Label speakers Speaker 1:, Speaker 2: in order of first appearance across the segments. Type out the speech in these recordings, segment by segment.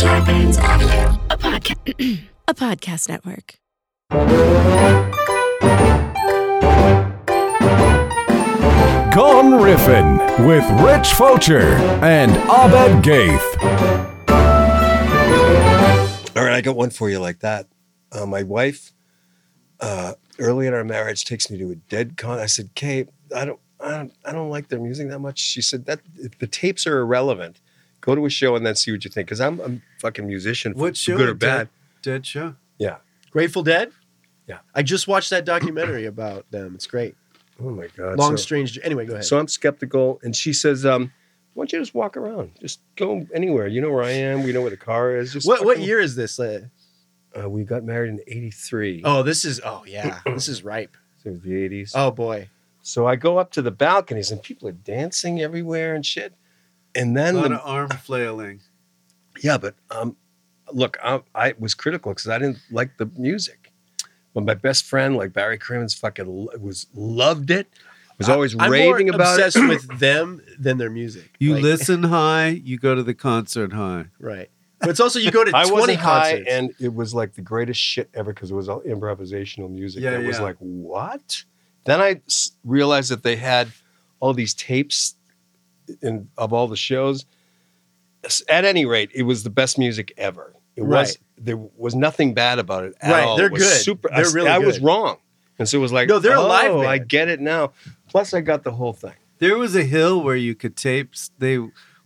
Speaker 1: Scarpins Avenue, a, podca-
Speaker 2: a podcast network.
Speaker 3: Gone Riffin with Rich Focher and Abed Gaith.
Speaker 4: All right, I got one for you like that. Uh, my wife, uh, early in our marriage, takes me to a dead con. I said, "Kate, I don't, I don't, I don't like their music that much." She said that the tapes are irrelevant. Go to a show and then see what you think. Because I'm a fucking musician, for
Speaker 5: What show?
Speaker 4: good or
Speaker 5: Dead-
Speaker 4: bad.
Speaker 5: Dead show.
Speaker 4: Yeah.
Speaker 5: Grateful Dead.
Speaker 4: Yeah.
Speaker 5: I just watched that documentary about them. It's great.
Speaker 4: Oh my god.
Speaker 5: Long
Speaker 4: so,
Speaker 5: strange. Anyway, go ahead.
Speaker 4: So I'm skeptical, and she says, um, "Why don't you just walk around? Just go anywhere. You know where I am. We know where the car is. Just
Speaker 5: what what
Speaker 4: fucking-"
Speaker 5: year is this? Uh,
Speaker 4: Uh, we got married in '83.
Speaker 5: Oh, this is. Oh yeah, this is ripe.
Speaker 4: So it was the '80s.
Speaker 5: Oh boy.
Speaker 4: So I go up to the balconies and people are dancing everywhere and shit. And
Speaker 6: A
Speaker 4: then,
Speaker 6: lot
Speaker 4: the-
Speaker 6: of arm flailing.
Speaker 4: yeah, but um, look, I, I was critical because I didn't like the music. But my best friend, like Barry Crimmins, fucking lo- was loved it. Was always
Speaker 5: I'm more
Speaker 4: raving about
Speaker 5: obsessed
Speaker 4: it.
Speaker 5: with them than their music.
Speaker 6: You
Speaker 5: Like,
Speaker 6: listen high, you go to the concert high.
Speaker 5: right? But it's also you go to
Speaker 4: I
Speaker 5: twenty
Speaker 4: wasn't high,
Speaker 5: concerts.
Speaker 4: and it was like the greatest shit ever because it was all improvisational music.
Speaker 6: Yeah,
Speaker 4: and it was
Speaker 6: yeah.
Speaker 4: like what? Then I s- realized that they had all these tapes in of all the shows. S- At any rate, it was the best music ever. It was
Speaker 5: Right.
Speaker 4: there was nothing bad about it at
Speaker 5: Right,
Speaker 4: all.
Speaker 5: they're
Speaker 4: It was
Speaker 5: good.
Speaker 4: Super. I,
Speaker 5: They're
Speaker 4: s-
Speaker 5: really
Speaker 4: I was
Speaker 5: good.
Speaker 4: wrong, and so it was like,
Speaker 5: No, they're a
Speaker 4: oh,
Speaker 5: live
Speaker 4: I
Speaker 5: band.
Speaker 4: get it now. Plus, I got the whole thing.
Speaker 6: There was a hill where you could tape. They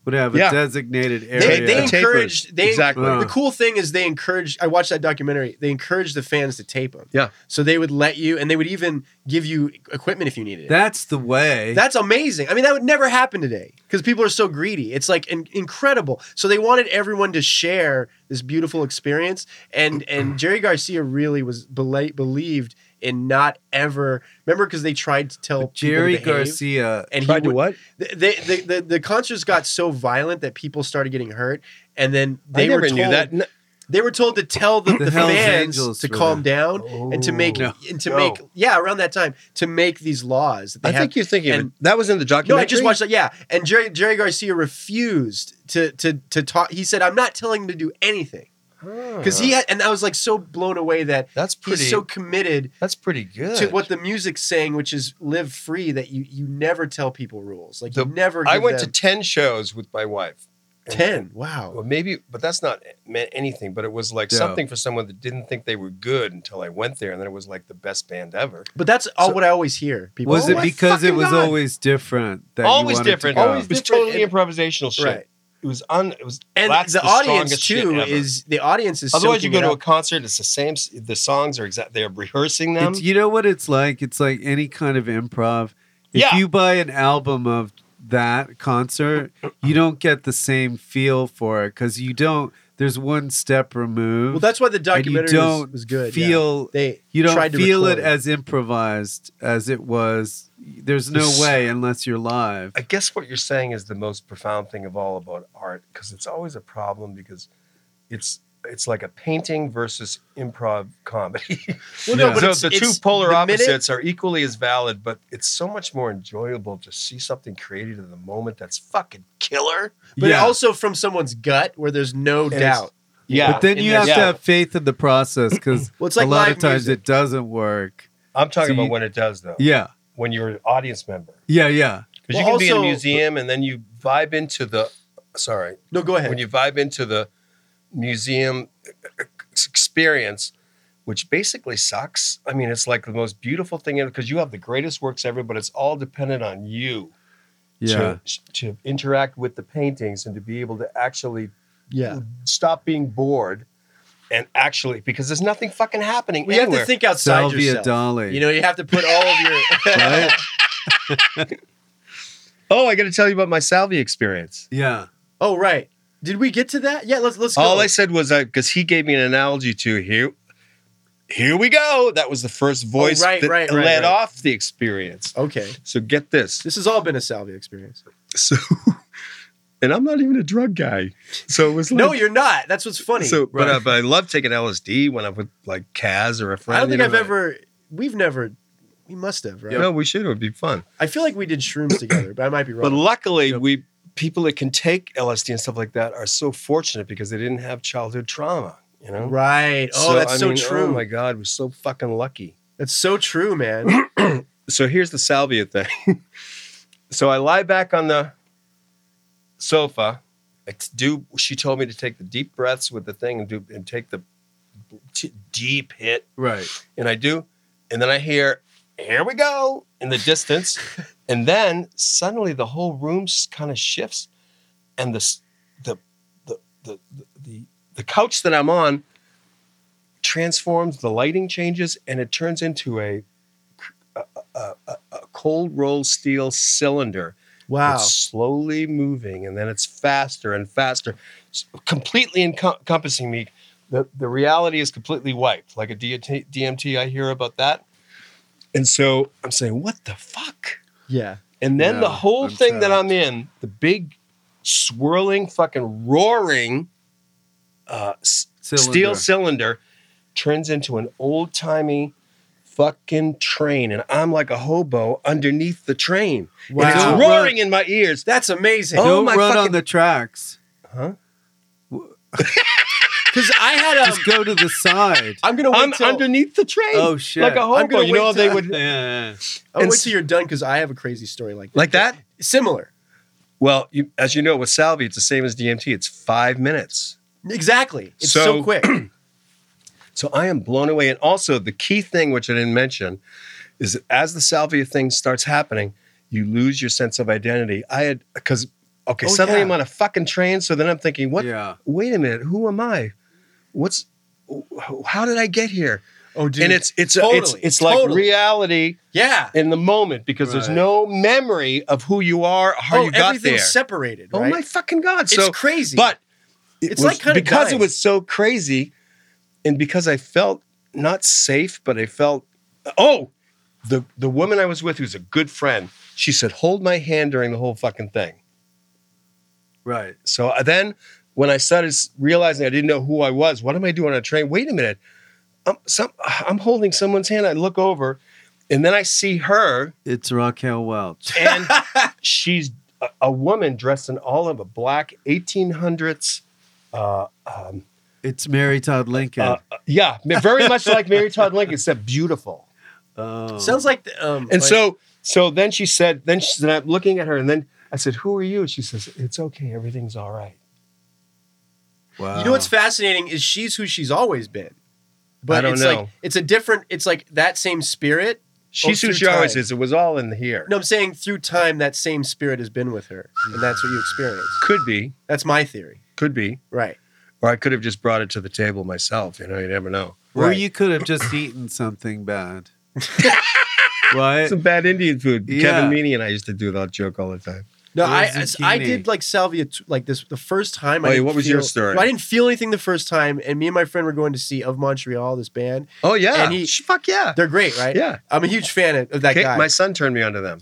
Speaker 6: would have a
Speaker 4: Yeah.
Speaker 6: designated
Speaker 5: they,
Speaker 6: area.
Speaker 5: they
Speaker 4: Tapers.
Speaker 5: encouraged they
Speaker 4: Exactly.
Speaker 6: Uh.
Speaker 5: the cool thing is they encouraged I watched that documentary they encouraged the fans to tape them
Speaker 4: Yeah.
Speaker 5: so they would let you and they would even give you equipment if you needed it
Speaker 6: That's the way.
Speaker 5: That's amazing. I mean, that would never happen today because people are so greedy. It's like in- incredible. So they wanted everyone to share this beautiful experience, and and Jerry Garcia really was bela- believed in not ever remember because they tried to tell
Speaker 6: Jerry
Speaker 5: people to behave,
Speaker 6: Garcia.
Speaker 5: and
Speaker 4: Tried
Speaker 5: he
Speaker 4: to
Speaker 5: would-
Speaker 4: what?
Speaker 5: th- They, they, the the concerts got so violent that people started getting hurt, and then they
Speaker 4: I never
Speaker 5: were told,
Speaker 4: knew that. N-
Speaker 5: They were told to tell the,
Speaker 6: The
Speaker 5: the
Speaker 6: Hells
Speaker 5: fans
Speaker 6: Angels
Speaker 5: to
Speaker 6: were
Speaker 5: calm down and to make
Speaker 6: No.
Speaker 5: and to
Speaker 4: No.
Speaker 5: make yeah around that time to make these laws. That they
Speaker 4: I
Speaker 5: have
Speaker 4: think you're thinking of
Speaker 5: and-
Speaker 4: it. that was in the
Speaker 5: no,
Speaker 4: documentary.
Speaker 5: I just watched that. Yeah, and Jerry Jerry Garcia refused to to to talk. He said, "I'm not telling him to do anything," because
Speaker 4: Ah.
Speaker 5: he had, and I was like so blown away that
Speaker 4: That's Uh-huh. pretty.
Speaker 5: he's so committed
Speaker 4: that's pretty good.
Speaker 5: to what the music's saying, which is live free. That you you never tell people rules. Like
Speaker 4: The-
Speaker 5: you never.
Speaker 4: I
Speaker 5: give
Speaker 4: went
Speaker 5: them
Speaker 4: to 10 shows with my wife.
Speaker 5: ten.
Speaker 4: Well,
Speaker 5: Wow.
Speaker 4: maybe, but that's not meant anything, but it was like
Speaker 6: Yeah.
Speaker 4: something for someone that didn't think they were good until I went there. And then it was like the best band ever.
Speaker 5: But that's all
Speaker 4: So-
Speaker 5: what I always hear. People
Speaker 6: was
Speaker 5: say.
Speaker 6: it
Speaker 4: my
Speaker 6: because it
Speaker 4: fucking
Speaker 6: was
Speaker 4: God.
Speaker 6: always different? That you
Speaker 4: Always
Speaker 6: wanted to
Speaker 4: different.
Speaker 6: go?
Speaker 4: Always it was
Speaker 5: different.
Speaker 4: totally improvisational shit.
Speaker 5: Right.
Speaker 4: It was un, it was,
Speaker 5: and
Speaker 4: that's
Speaker 5: the,
Speaker 4: the
Speaker 5: audience
Speaker 4: strongest shit
Speaker 5: too
Speaker 4: ever.
Speaker 5: is the audience is.
Speaker 4: otherwise you
Speaker 5: soaking
Speaker 4: go
Speaker 5: it
Speaker 4: to a
Speaker 5: up.
Speaker 4: concert, it's the same, s- the songs are exact, they're rehearsing them.
Speaker 6: It's, you know what it's like? It's like any kind of improv. If
Speaker 4: Yeah.
Speaker 6: you buy an album of that concert, you don't get the same feel for it because you don't. There's one step removed.
Speaker 5: Well, that's why the
Speaker 6: and you
Speaker 5: documentary was-
Speaker 6: don't
Speaker 5: was, good. yeah.
Speaker 6: Feel
Speaker 5: they
Speaker 6: you don't
Speaker 5: tried to
Speaker 6: feel it
Speaker 5: record
Speaker 6: as improvised as it was. There's no
Speaker 4: This-
Speaker 6: way unless you're live.
Speaker 4: I guess what you're saying is the most profound thing of all about art, because it's always a problem because it's, it's like a painting versus improv comedy.
Speaker 5: Well, no,
Speaker 6: Yeah.
Speaker 5: but
Speaker 4: so
Speaker 5: it's,
Speaker 4: the two
Speaker 5: it's
Speaker 4: polar
Speaker 5: the minute-
Speaker 4: opposites are equally as valid, but it's so much more enjoyable to see something created in the moment that's fucking killer.
Speaker 5: but
Speaker 6: yeah.
Speaker 5: also from someone's gut where there's no
Speaker 4: it's-
Speaker 5: doubt.
Speaker 4: Yeah,
Speaker 6: but then
Speaker 5: in
Speaker 6: you
Speaker 5: their
Speaker 6: have to
Speaker 5: show.
Speaker 6: have faith in the process because
Speaker 5: Well, it's like
Speaker 6: a lot
Speaker 5: live
Speaker 6: of times
Speaker 5: music.
Speaker 6: it doesn't work.
Speaker 4: I'm talking
Speaker 6: So
Speaker 4: about
Speaker 6: you-
Speaker 4: when it does though.
Speaker 6: Yeah,
Speaker 4: When you're an audience member,
Speaker 6: yeah, yeah.
Speaker 4: because you can
Speaker 5: Well,
Speaker 4: be in a
Speaker 5: also-
Speaker 4: museum and then you vibe into the. Sorry,
Speaker 5: No, go ahead.
Speaker 4: when you vibe into the museum experience, which basically sucks. I mean, it's like the most beautiful thing ever because you have the greatest works ever, but it's all dependent on you.
Speaker 6: Yeah,
Speaker 4: to, to interact with the paintings and to be able to actually
Speaker 5: yeah,
Speaker 4: stop being bored and actually because there's nothing fucking happening
Speaker 5: well, you have
Speaker 4: anywhere.
Speaker 5: to think outside
Speaker 6: Salvia
Speaker 5: yourself.
Speaker 6: Dali.
Speaker 5: You know, you have to put all of your.
Speaker 6: right?
Speaker 4: oh, I got to tell you about my Salvi experience.
Speaker 6: yeah.
Speaker 5: oh, right. Did we get to that? Yeah, let's let's go.
Speaker 4: All I said was because he gave me an analogy to here. Here we go. That was the first voice
Speaker 5: Oh, right,
Speaker 4: that
Speaker 5: right, right,
Speaker 4: led
Speaker 5: right.
Speaker 4: off the experience.
Speaker 5: okay,
Speaker 4: So get this.
Speaker 5: this has all been a Salvia experience.
Speaker 4: So, and I'm not even a drug guy. So it was like,
Speaker 5: No, you're not. That's what's funny.
Speaker 4: So, but, uh,
Speaker 6: Right.
Speaker 4: I, but I love taking LSD when I'm with like Kaz or a friend.
Speaker 5: I don't
Speaker 4: you
Speaker 5: think
Speaker 4: know,
Speaker 5: I've
Speaker 4: like-
Speaker 5: ever. We've never. We must have, right?
Speaker 4: No, we should. It would be fun.
Speaker 5: I feel like we did shrooms together, but I might be
Speaker 4: But
Speaker 5: wrong.
Speaker 4: luckily, we people that can take LSD and stuff like that are so fortunate because they didn't have childhood trauma. You know,
Speaker 5: Right. Oh,
Speaker 4: So,
Speaker 5: that's
Speaker 4: I
Speaker 5: so
Speaker 4: mean,
Speaker 5: true.
Speaker 4: Oh my God, we're so fucking lucky.
Speaker 5: that's so true, man.
Speaker 4: so here's the salvia thing. so I lie back on the sofa. I do she told me to take the deep breaths with the thing and do and take the t- deep hit,
Speaker 6: Right.
Speaker 4: and I do, and then I hear here we go in the distance, and then suddenly the whole room kind of shifts, and the s- the the the the, the the couch that I'm on transforms, the lighting changes, and it turns into a a cold roll steel cylinder.
Speaker 5: Wow.
Speaker 4: It's slowly moving and then it's faster and faster, s- completely encom- encompassing me. The, the reality is completely wiped, like a DMT, DMT I hear about that. And so I'm saying, what the fuck?
Speaker 5: yeah.
Speaker 4: And then
Speaker 6: Yeah,
Speaker 4: the whole
Speaker 6: I'm
Speaker 4: thing that
Speaker 6: trapped.
Speaker 4: I'm in, the big swirling, fucking roaring uh, s-
Speaker 6: Cylinder.
Speaker 4: steel cylinder turns into an old timey fucking train. And I'm like a hobo underneath the train.
Speaker 5: Wow.
Speaker 4: And
Speaker 6: Don't
Speaker 4: it's
Speaker 6: run-
Speaker 4: roaring in my ears.
Speaker 5: That's amazing.
Speaker 4: Oh
Speaker 6: Don't
Speaker 4: my
Speaker 6: run on
Speaker 4: fucking-
Speaker 6: the tracks.
Speaker 4: Huh?
Speaker 5: Because I had um,
Speaker 6: Just go to the side.
Speaker 5: I'm gonna wait
Speaker 4: I'm
Speaker 5: till
Speaker 4: underneath the train.
Speaker 6: Oh, shit.
Speaker 4: Like a
Speaker 6: I'm
Speaker 4: hobo.
Speaker 5: gonna
Speaker 4: You know
Speaker 5: wait
Speaker 4: how they
Speaker 5: till-
Speaker 4: would
Speaker 6: yeah.
Speaker 5: I'll wait
Speaker 4: and-
Speaker 5: till you're done because I have a crazy story like that.
Speaker 4: like that?
Speaker 5: Similar.
Speaker 4: Well, you, as you know, with salvia, it's the same as DMT. It's five minutes.
Speaker 5: Exactly. It's so,
Speaker 4: So-
Speaker 5: quick.
Speaker 4: So I am blown away. And also, the key thing, which I didn't mention, is that as the salvia thing starts happening, you lose your sense of identity. I had, because, okay,
Speaker 5: Oh,
Speaker 4: suddenly
Speaker 5: yeah.
Speaker 4: I'm on a fucking train. So then I'm thinking, what?
Speaker 6: Yeah.
Speaker 4: Wait a minute. Who am I? What's, how did I get here?
Speaker 5: oh, dude.
Speaker 4: and it's, it's, it's,
Speaker 5: totally,
Speaker 4: it's like
Speaker 5: totally.
Speaker 4: reality
Speaker 5: yeah.
Speaker 4: in the moment because there's
Speaker 6: Right.
Speaker 4: no memory of who you are, how
Speaker 5: oh,
Speaker 4: you got
Speaker 5: everything's
Speaker 4: there.
Speaker 5: separated.
Speaker 4: Oh
Speaker 5: right?
Speaker 4: my fucking god!
Speaker 5: It's
Speaker 4: So,
Speaker 5: crazy.
Speaker 4: but it
Speaker 5: It's
Speaker 4: was-
Speaker 5: like kinda
Speaker 4: because
Speaker 5: dying.
Speaker 4: it was so crazy, and because I felt not safe, but I felt oh, the the woman I was with, who's a good friend, she said, "Hold my hand during the whole fucking thing."
Speaker 6: Right.
Speaker 4: So I- then, when I started s- realizing I didn't know who I was, what am I doing on a train? Wait a minute, I'm some I'm holding someone's hand. I look over, and then I see her,
Speaker 6: It's Raquel Welch.
Speaker 4: and she's a, a woman dressed in all of a black 1800s. Uh, um,
Speaker 6: It's Mary Todd Lincoln.
Speaker 4: uh, yeah, very much like Mary Todd Lincoln, except beautiful.
Speaker 6: oh.
Speaker 5: sounds like the, um,
Speaker 4: And
Speaker 5: like-
Speaker 4: so, so then she said, then she said, I'm looking at her, and then I said, "Who are you?" And she says, "It's okay, everything's all right."
Speaker 6: wow.
Speaker 5: you know what's fascinating is she's who she's always been. But
Speaker 4: I don't
Speaker 5: it's like
Speaker 4: know.
Speaker 5: it's a different. It's like that same spirit.
Speaker 4: She's who
Speaker 5: through
Speaker 4: she always
Speaker 5: time.
Speaker 4: is. It was all in here.
Speaker 5: No, I'm saying through time that same spirit has been with her, and that's what you experience.
Speaker 4: could be,
Speaker 5: That's my theory.
Speaker 4: could be,
Speaker 5: Right.
Speaker 4: or I could have just brought it to the table myself. You know, you never know.
Speaker 6: Or
Speaker 5: Right.
Speaker 6: you could have just eaten something bad. right?
Speaker 4: Some bad Indian food.
Speaker 6: Yeah.
Speaker 4: Kevin Meaney and I used to do that joke all the time.
Speaker 5: No,
Speaker 6: Or
Speaker 5: I
Speaker 6: zucchini.
Speaker 5: I did like salvia t- like this the first time. I
Speaker 4: Oh, yeah,
Speaker 5: didn't
Speaker 4: what was your
Speaker 5: feel-
Speaker 4: story?
Speaker 5: I didn't feel anything the first time, and me and my friend were going to see Of Montreal, this band.
Speaker 4: Oh yeah,
Speaker 5: And he-
Speaker 4: Sh- fuck yeah,
Speaker 5: They're great, right?
Speaker 4: Yeah.
Speaker 5: I'm a huge fan of, of that
Speaker 4: Okay,
Speaker 5: guy.
Speaker 4: my son turned me onto them.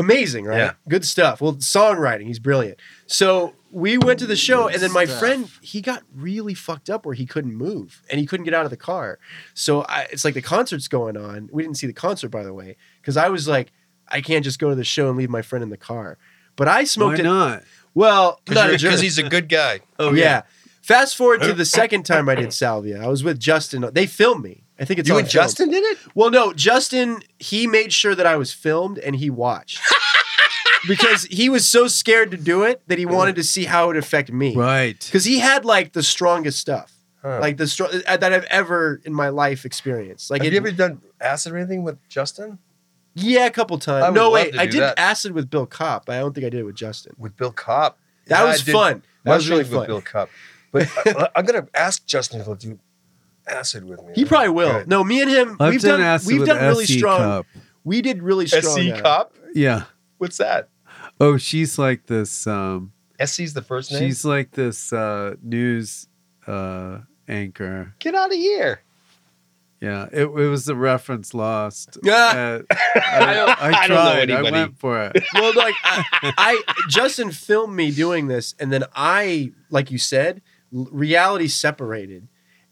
Speaker 5: Amazing, right?
Speaker 4: Yeah.
Speaker 5: Good stuff. Well, songwriting, he's brilliant. So we went to the show, and then my
Speaker 6: stuff.
Speaker 5: friend he got really fucked up where he couldn't move and he couldn't get out of the car. So I, it's like the concert's going on. We didn't see the concert, by the way, because I was like, I can't just go to the show and leave my friend in the car. But I
Speaker 6: Why
Speaker 5: smoked it.
Speaker 6: not?
Speaker 5: Well, not a
Speaker 4: Because he's a good guy.
Speaker 5: Oh yeah. Fast forward to the second time I did Salvia. I was with Justin. They filmed me. I think it's
Speaker 4: You
Speaker 5: on
Speaker 4: and
Speaker 5: film.
Speaker 4: Justin did it.
Speaker 5: Well, no, Justin. He made sure that I was filmed and he watched because he was so scared to do it that he
Speaker 4: Uh-huh.
Speaker 5: wanted to see how it would affect me.
Speaker 6: Right.
Speaker 5: Because he had like the strongest stuff,
Speaker 4: Huh.
Speaker 5: like the str- uh, that I've ever in my life experienced. Like,
Speaker 4: Have
Speaker 5: it,
Speaker 4: you ever done acid or anything with Justin?
Speaker 5: yeah, a couple times.
Speaker 4: I would
Speaker 5: no,
Speaker 4: love
Speaker 5: wait,
Speaker 4: to
Speaker 5: I
Speaker 4: do
Speaker 5: did
Speaker 4: that.
Speaker 5: acid with Bill Cop, but I don't think I did it with Justin.
Speaker 4: With Bill Cobb.
Speaker 5: That
Speaker 4: Yeah, I
Speaker 5: was
Speaker 4: did-
Speaker 5: fun. That
Speaker 4: I
Speaker 5: was really
Speaker 4: doing
Speaker 5: fun.
Speaker 4: with Bill Cobb. But I, I'm gonna ask Justin if he'll do acid with me.
Speaker 5: He probably will.
Speaker 4: Good.
Speaker 5: No, me and him,
Speaker 6: I've
Speaker 5: we've
Speaker 6: done,
Speaker 5: done,
Speaker 6: acid
Speaker 5: we've
Speaker 6: with E
Speaker 5: done really
Speaker 6: SC
Speaker 5: strong.
Speaker 6: Cup.
Speaker 5: We did really strong.
Speaker 4: SC
Speaker 5: uh,
Speaker 4: Cobb?
Speaker 6: Yeah.
Speaker 4: E What's that?
Speaker 6: Oh, she's like this. Um,
Speaker 4: SC's the first name.
Speaker 6: she's like this uh, news uh, anchor.
Speaker 4: Get out of here.
Speaker 6: Yeah, it, it was the reference lost.
Speaker 5: Yeah.
Speaker 6: Uh, I,
Speaker 4: don't- I don't know
Speaker 6: tried. I
Speaker 4: anybody.
Speaker 6: went for it.
Speaker 5: Well, like I, I, Justin filmed me doing this, and then I, like you said, l- reality separated,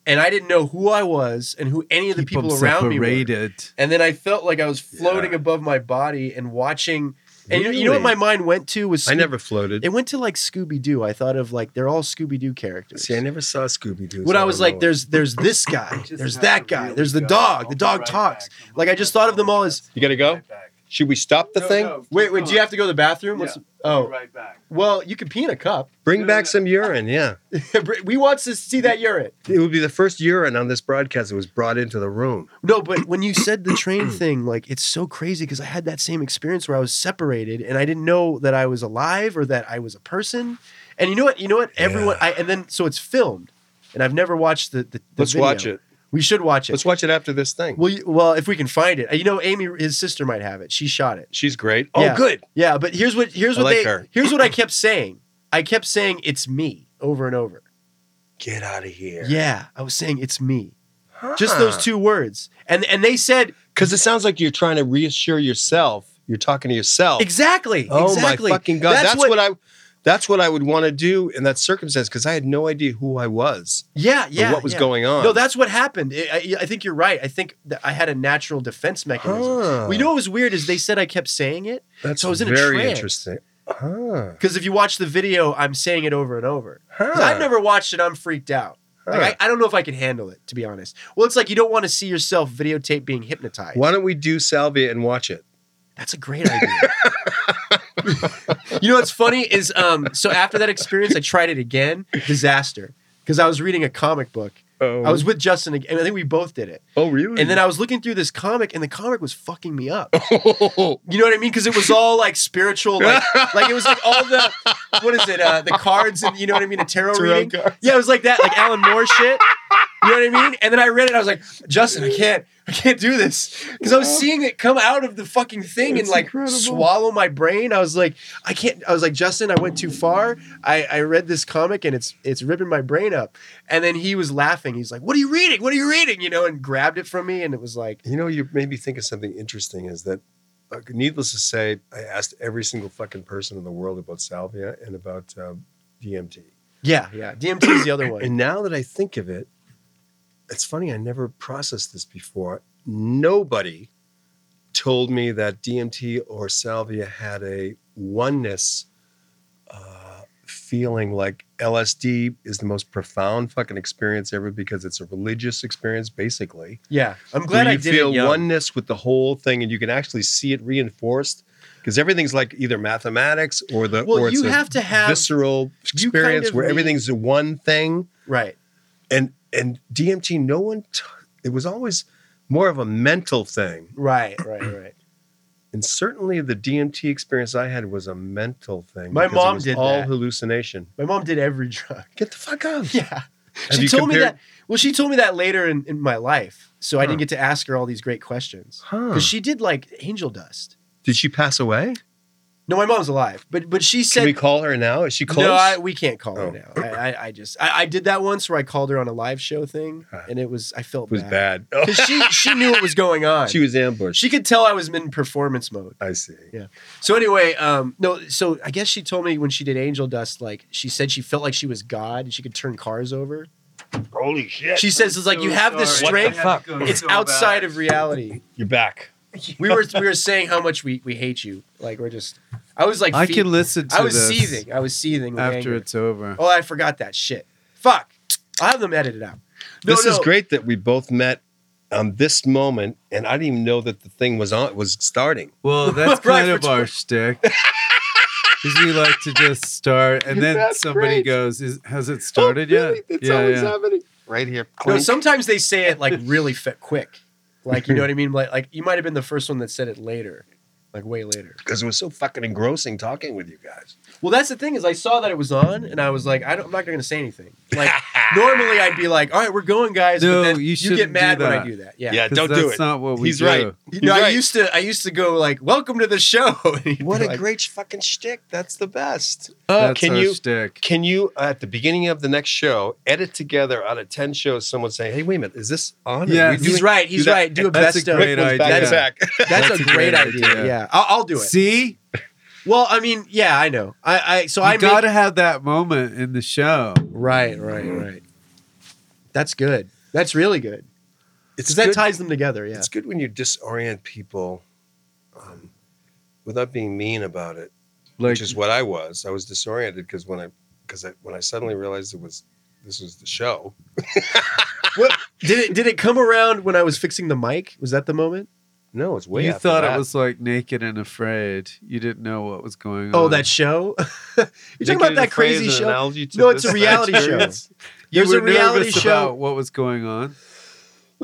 Speaker 5: and I didn't know who I was and who any of the
Speaker 6: Keep 'em
Speaker 5: people around me were.
Speaker 6: separated.
Speaker 5: And then I felt like I was floating
Speaker 4: Yeah.
Speaker 5: above my body and watching And you know- you know what my
Speaker 4: Really?
Speaker 5: mind went to was
Speaker 4: I
Speaker 5: Scoo-
Speaker 4: never floated.
Speaker 5: It went to like Scooby Doo. I thought of like they're all Scooby Doo characters.
Speaker 4: See, I never saw Scooby Doo.
Speaker 5: When I was like, there's there's this guy, there's that guy, there's the dog, the dog talks. Like I just thought of them all as
Speaker 4: you gotta go. Should we stop the
Speaker 6: No,
Speaker 4: thing?
Speaker 6: no.
Speaker 5: wait wait. Do you have to go to the bathroom? What's,
Speaker 6: Yeah.
Speaker 5: oh
Speaker 6: right back.
Speaker 5: well, you can pee in a cup.
Speaker 4: Bring
Speaker 6: No, no,
Speaker 4: back
Speaker 6: no.
Speaker 4: some urine. Yeah,
Speaker 5: we want to see that urine.
Speaker 4: it would be the first urine on this broadcast that was brought into the room.
Speaker 5: No, but when you said the train thing, like it's so crazy because I had that same experience where I was separated and I didn't know that I was alive or that I was a person. And you know what? You know what? Everyone. I and then so it's filmed, and I've never watched the. the, the
Speaker 4: Let's
Speaker 5: video.
Speaker 4: watch it.
Speaker 5: We should watch it.
Speaker 4: Let's watch it after this thing.
Speaker 5: Well, you- well, if we can find it, Uh, you know, Amy, his sister might have it. She shot it.
Speaker 4: She's great.
Speaker 5: Yeah.
Speaker 4: Oh, good.
Speaker 5: Yeah, but here's what here's
Speaker 4: I
Speaker 5: what
Speaker 4: like
Speaker 5: they
Speaker 4: her.
Speaker 5: here's what I kept saying. I kept saying it's me over and over.
Speaker 4: Get out of here.
Speaker 5: Yeah, I was saying it's me. Just those two words, and and they said
Speaker 4: Because it sounds like you're trying to reassure yourself. You're talking to yourself.
Speaker 5: exactly.
Speaker 4: Oh
Speaker 5: exactly.
Speaker 4: my fucking god! That's, what, I. That's what I would want to do in that circumstance because I had no idea who I was
Speaker 5: Yeah,
Speaker 4: or
Speaker 5: yeah.
Speaker 4: what was
Speaker 5: yeah.
Speaker 4: going on.
Speaker 5: No, that's what happened. I, I, I think you're right. I think that I had a natural defense mechanism.
Speaker 4: Huh.
Speaker 5: We know what was weird is they said I kept saying it
Speaker 4: That's
Speaker 5: so I was in a
Speaker 4: very
Speaker 5: trance.
Speaker 4: interesting. Huh.
Speaker 5: because if you watch the video, I'm saying it over and over. 'Cause
Speaker 4: Huh.
Speaker 5: I've never watched it. I'm freaked out.
Speaker 4: Huh.
Speaker 5: Like, I, I don't know if I can handle it, to be honest. Well, it's like you don't want to see yourself videotape being hypnotized.
Speaker 4: Why don't we do salvia and watch it?
Speaker 5: That's a great idea. you know what's funny is um, so after that experience, I tried it again. Disaster. Because I was reading a comic book.
Speaker 4: Oh,
Speaker 5: I was with Justin, and I think we both did it.
Speaker 4: Oh, really?
Speaker 5: And then I was looking through this comic, and the comic was fucking me up.
Speaker 4: I.
Speaker 5: You know what I mean? Because it was all like spiritual, like like it was like all the what is it? Uh, the cards and you know what I mean? A tarot,
Speaker 4: Tarot
Speaker 5: reading.
Speaker 4: cards.
Speaker 5: Yeah, it was like that, like Alan Moore shit. You know what I mean? And then I read it, and I was like, Justin, I can't, I can't do this because I was seeing it come out of the fucking thing and
Speaker 4: It's
Speaker 5: like
Speaker 4: incredible.
Speaker 5: swallow my brain. I was like, I can't. I was like, Justin, I went too far. I I read this comic and it's it's ripping my brain up. And then he was laughing. He's like, What are you reading? What are you reading? You know, and grabbed it from me, and it was like.
Speaker 4: You know, you made me think of something interesting is that, uh, needless to say, I asked every single fucking person in the world about salvia and about um, DMT.
Speaker 5: Yeah, yeah. DMT is the other one.
Speaker 4: And now that I think of it, it's funny, I never processed this before. Nobody told me that DMT or salvia had a oneness uh, feeling like LSD is the most profound fucking experience ever because it's a religious experience, basally.
Speaker 5: Yeah, I'm glad
Speaker 4: where
Speaker 5: I
Speaker 4: you
Speaker 5: did
Speaker 4: feel
Speaker 5: it young.
Speaker 4: oneness with the whole thing and you can actually see it reinforced because everything's like either mathematics or the
Speaker 5: Well,
Speaker 4: or it's
Speaker 5: you
Speaker 4: a
Speaker 5: have to have
Speaker 4: visceral
Speaker 5: you kind
Speaker 4: experience
Speaker 5: of
Speaker 4: where
Speaker 5: need-
Speaker 4: everything's one thing
Speaker 5: right.
Speaker 4: and and DMT, no one. T- it was always more of a mental thing,
Speaker 5: Right, right, right.
Speaker 4: and certainly the DMT experience I had was a mental thing.
Speaker 5: My
Speaker 4: because it
Speaker 5: mom
Speaker 4: was
Speaker 5: did
Speaker 4: all
Speaker 5: that.
Speaker 4: hallucination.
Speaker 5: My mom did every drug.
Speaker 4: Get the fuck out!
Speaker 5: Yeah.
Speaker 4: Have
Speaker 5: she
Speaker 4: you
Speaker 5: told me
Speaker 4: compared-
Speaker 5: that. Well, she told me that later in, in my life. So I
Speaker 4: Huh.
Speaker 5: didn't get to ask her all these great questions.
Speaker 4: Huh.
Speaker 5: Because she did like angel dust.
Speaker 4: Did she pass away?
Speaker 5: No, my mom's alive. But but she
Speaker 4: Can we
Speaker 5: said
Speaker 4: call her now? Is she close?
Speaker 5: No, I, we can't call
Speaker 4: Oh.
Speaker 5: her now. I, I, I just I, I did that once where I called her on a live show thing
Speaker 4: Huh.
Speaker 5: and it was I felt
Speaker 4: it was bad. Oh,
Speaker 5: 'Cause she she knew what was going on.
Speaker 4: she was ambushed.
Speaker 5: she could tell I was in performance mode.
Speaker 4: I see.
Speaker 5: So anyway, um, no, so I guess she told me when she did Angel Dust, like she said she felt like she was God and she could turn cars over.
Speaker 4: Holy shit!
Speaker 5: She says it's like you have this strength,
Speaker 6: fuck?
Speaker 5: it's outside of reality.
Speaker 4: You're back.
Speaker 5: We were we were saying how much we, we hate you. Like we're just, I was like,
Speaker 6: I
Speaker 5: fe-
Speaker 6: can listen to
Speaker 5: I was
Speaker 6: this
Speaker 5: seething. I was seething with
Speaker 6: after
Speaker 5: anger.
Speaker 6: it's over.
Speaker 5: Oh, I forgot that shit. Fuck. I'll have them edit it out. No,
Speaker 4: this is
Speaker 5: no.
Speaker 4: great that we both met on this moment, and I didn't even know that the thing was on was starting.
Speaker 6: Well, that's
Speaker 5: Right,
Speaker 6: kind of
Speaker 5: which-
Speaker 6: our shtick. Because we like to just start, and then
Speaker 4: That's
Speaker 6: somebody
Speaker 4: great.
Speaker 6: goes, is, "Has it started
Speaker 5: Oh,
Speaker 6: yet?"
Speaker 4: happening.
Speaker 2: right here.
Speaker 5: No,
Speaker 2: clink.
Speaker 5: sometimes they say it like really fa- quick. Like you know what I mean? Like like you might have been the first one that said it later, like way later.
Speaker 4: because it was so fucking engrossing talking with you guys.
Speaker 5: Well, that's the thing is I saw that it was on, and I was like, I don't, I'm not going to say anything. Like
Speaker 4: Ah,
Speaker 5: normally I'd be like, all right, we're going, guys.
Speaker 6: No,
Speaker 5: but then
Speaker 6: you
Speaker 5: you, get
Speaker 6: shouldn't do
Speaker 5: mad when I
Speaker 6: that.
Speaker 5: do that. Yeah.
Speaker 4: Yeah, don't
Speaker 6: that's
Speaker 4: do it.
Speaker 6: not what we
Speaker 4: He's
Speaker 6: do.
Speaker 4: right.
Speaker 5: You
Speaker 4: He's
Speaker 5: know, I
Speaker 4: right.
Speaker 5: used to I used to go like, "Welcome to the show." And you'd
Speaker 4: What
Speaker 5: be
Speaker 4: a
Speaker 5: like,
Speaker 4: great fucking shtick. That's the best.
Speaker 6: That's
Speaker 4: Uh, can
Speaker 6: our
Speaker 4: you
Speaker 6: shtick.
Speaker 4: can you uh, at the beginning of the next show edit together out of ten shows someone saying, "Hey, wait a minute, is this on?" Are
Speaker 6: Yeah.
Speaker 4: we
Speaker 6: He's
Speaker 5: He's
Speaker 4: doing-"
Speaker 5: right. He's
Speaker 4: do that.
Speaker 5: right. Do a
Speaker 6: That's a
Speaker 5: best of.
Speaker 6: great
Speaker 4: Rick was back
Speaker 5: idea.
Speaker 4: to back.
Speaker 5: That's, a great, idea. Yeah, I'll, I'll do it.
Speaker 6: See,
Speaker 5: Well, I mean, yeah, I know. I, I so
Speaker 6: you
Speaker 5: I
Speaker 6: gotta
Speaker 5: make,
Speaker 6: have that moment in the show.
Speaker 5: right, right, right. That's good. That's really good
Speaker 4: It's
Speaker 5: because that
Speaker 4: good.
Speaker 5: ties them together. Yeah.
Speaker 4: It's good when you disorient people. Um, without being mean about it,
Speaker 6: Like,
Speaker 4: which is what I was. I was disoriented because when I because I, when I suddenly realized it was this was the show.
Speaker 5: What did it? Did it come around when I was fixing the mic? Was that the moment?
Speaker 4: No, it's way.
Speaker 6: you
Speaker 4: after
Speaker 6: thought it
Speaker 4: that.
Speaker 6: was like naked and afraid. You didn't know what was going on.
Speaker 5: Oh, that show. You're talking about that crazy show. No, it's a reality show.
Speaker 6: you
Speaker 5: There's
Speaker 6: were
Speaker 5: a reality
Speaker 6: nervous
Speaker 5: show.
Speaker 6: about what was going on.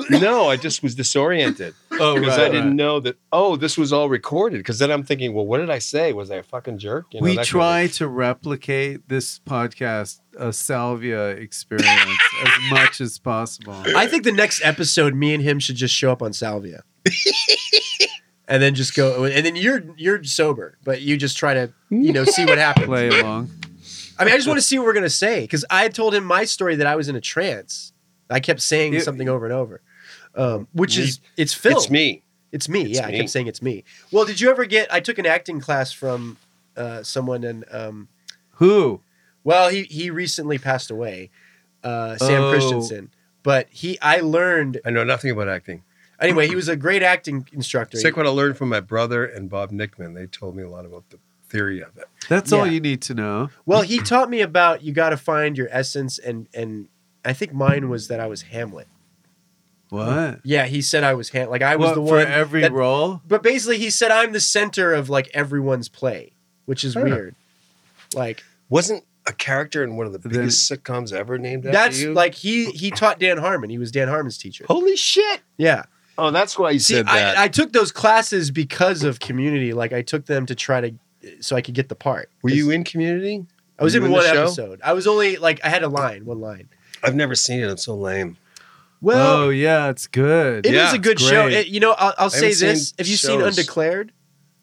Speaker 4: no, I just was disoriented
Speaker 6: Oh,
Speaker 4: because I didn't know that. Oh, this was all recorded. Because then I'm thinking, well, what did I say? Was I a fucking jerk? You know,
Speaker 6: we
Speaker 4: that kind of
Speaker 6: try to replicate this podcast, a salvia experience, as much as possible.
Speaker 5: I think the next episode, me and him should just show up on Salvia, and then just go. And then you're you're sober, but you just try to you know see what happens.
Speaker 6: Play along.
Speaker 5: I mean, I just want to see what we're gonna say because I had told him my story that I was in a trance. I kept saying
Speaker 6: You-
Speaker 5: something over and over, um, which
Speaker 4: Me-
Speaker 5: is it's
Speaker 4: thing.
Speaker 5: film.
Speaker 4: It's me.
Speaker 5: It's me.
Speaker 4: It's
Speaker 5: yeah, I
Speaker 4: me.
Speaker 5: kept saying it's me. Well, did you ever get? I took an acting class from uh, someone, and um,
Speaker 6: Who?
Speaker 5: well, he he recently passed away, uh, Sam
Speaker 6: Oh.
Speaker 5: Christensen. But he, I learned
Speaker 4: I know nothing about acting.
Speaker 5: anyway. He was a great acting instructor.
Speaker 4: It's like what I learned from my brother and Bob Nickman. They told me a lot about the theory of it.
Speaker 6: That's all
Speaker 5: Yeah.
Speaker 6: you need to know.
Speaker 5: Well, he taught me about you got to find your essence, and and I think mine was that I was Hamlet.
Speaker 6: What?
Speaker 5: Yeah, he said I was Hamlet. Like I was
Speaker 6: What,
Speaker 5: the
Speaker 6: for
Speaker 5: one
Speaker 6: every
Speaker 5: that-
Speaker 6: role.
Speaker 5: But basically, he said I'm the center of like everyone's play, which is
Speaker 4: Huh.
Speaker 5: weird. Like
Speaker 4: Wasn't a character in one of the
Speaker 6: Then-
Speaker 4: biggest sitcoms ever named after
Speaker 5: that's
Speaker 4: you?
Speaker 5: like he he taught Dan Harmon. He was Dan Harmon's teacher.
Speaker 4: holy shit.
Speaker 5: Yeah.
Speaker 4: Oh, that's why you
Speaker 5: See, I, I took those classes because of community. Like I took them to try to so I could get the part.
Speaker 4: Were you in Community?
Speaker 5: I was
Speaker 4: were you in
Speaker 5: in,
Speaker 4: the
Speaker 5: one
Speaker 4: show?
Speaker 5: episode. I was only like I had a line, one line.
Speaker 4: I've never seen it. I'm so lame.
Speaker 5: Well,
Speaker 6: oh
Speaker 5: it
Speaker 6: yeah, it's good.
Speaker 5: is
Speaker 4: yeah,
Speaker 5: a good
Speaker 6: it's
Speaker 5: show.
Speaker 6: great.
Speaker 5: It- you know, I'll, I'll say
Speaker 4: haven't seen
Speaker 5: this: Have you seen
Speaker 4: shows.
Speaker 5: Undeclared?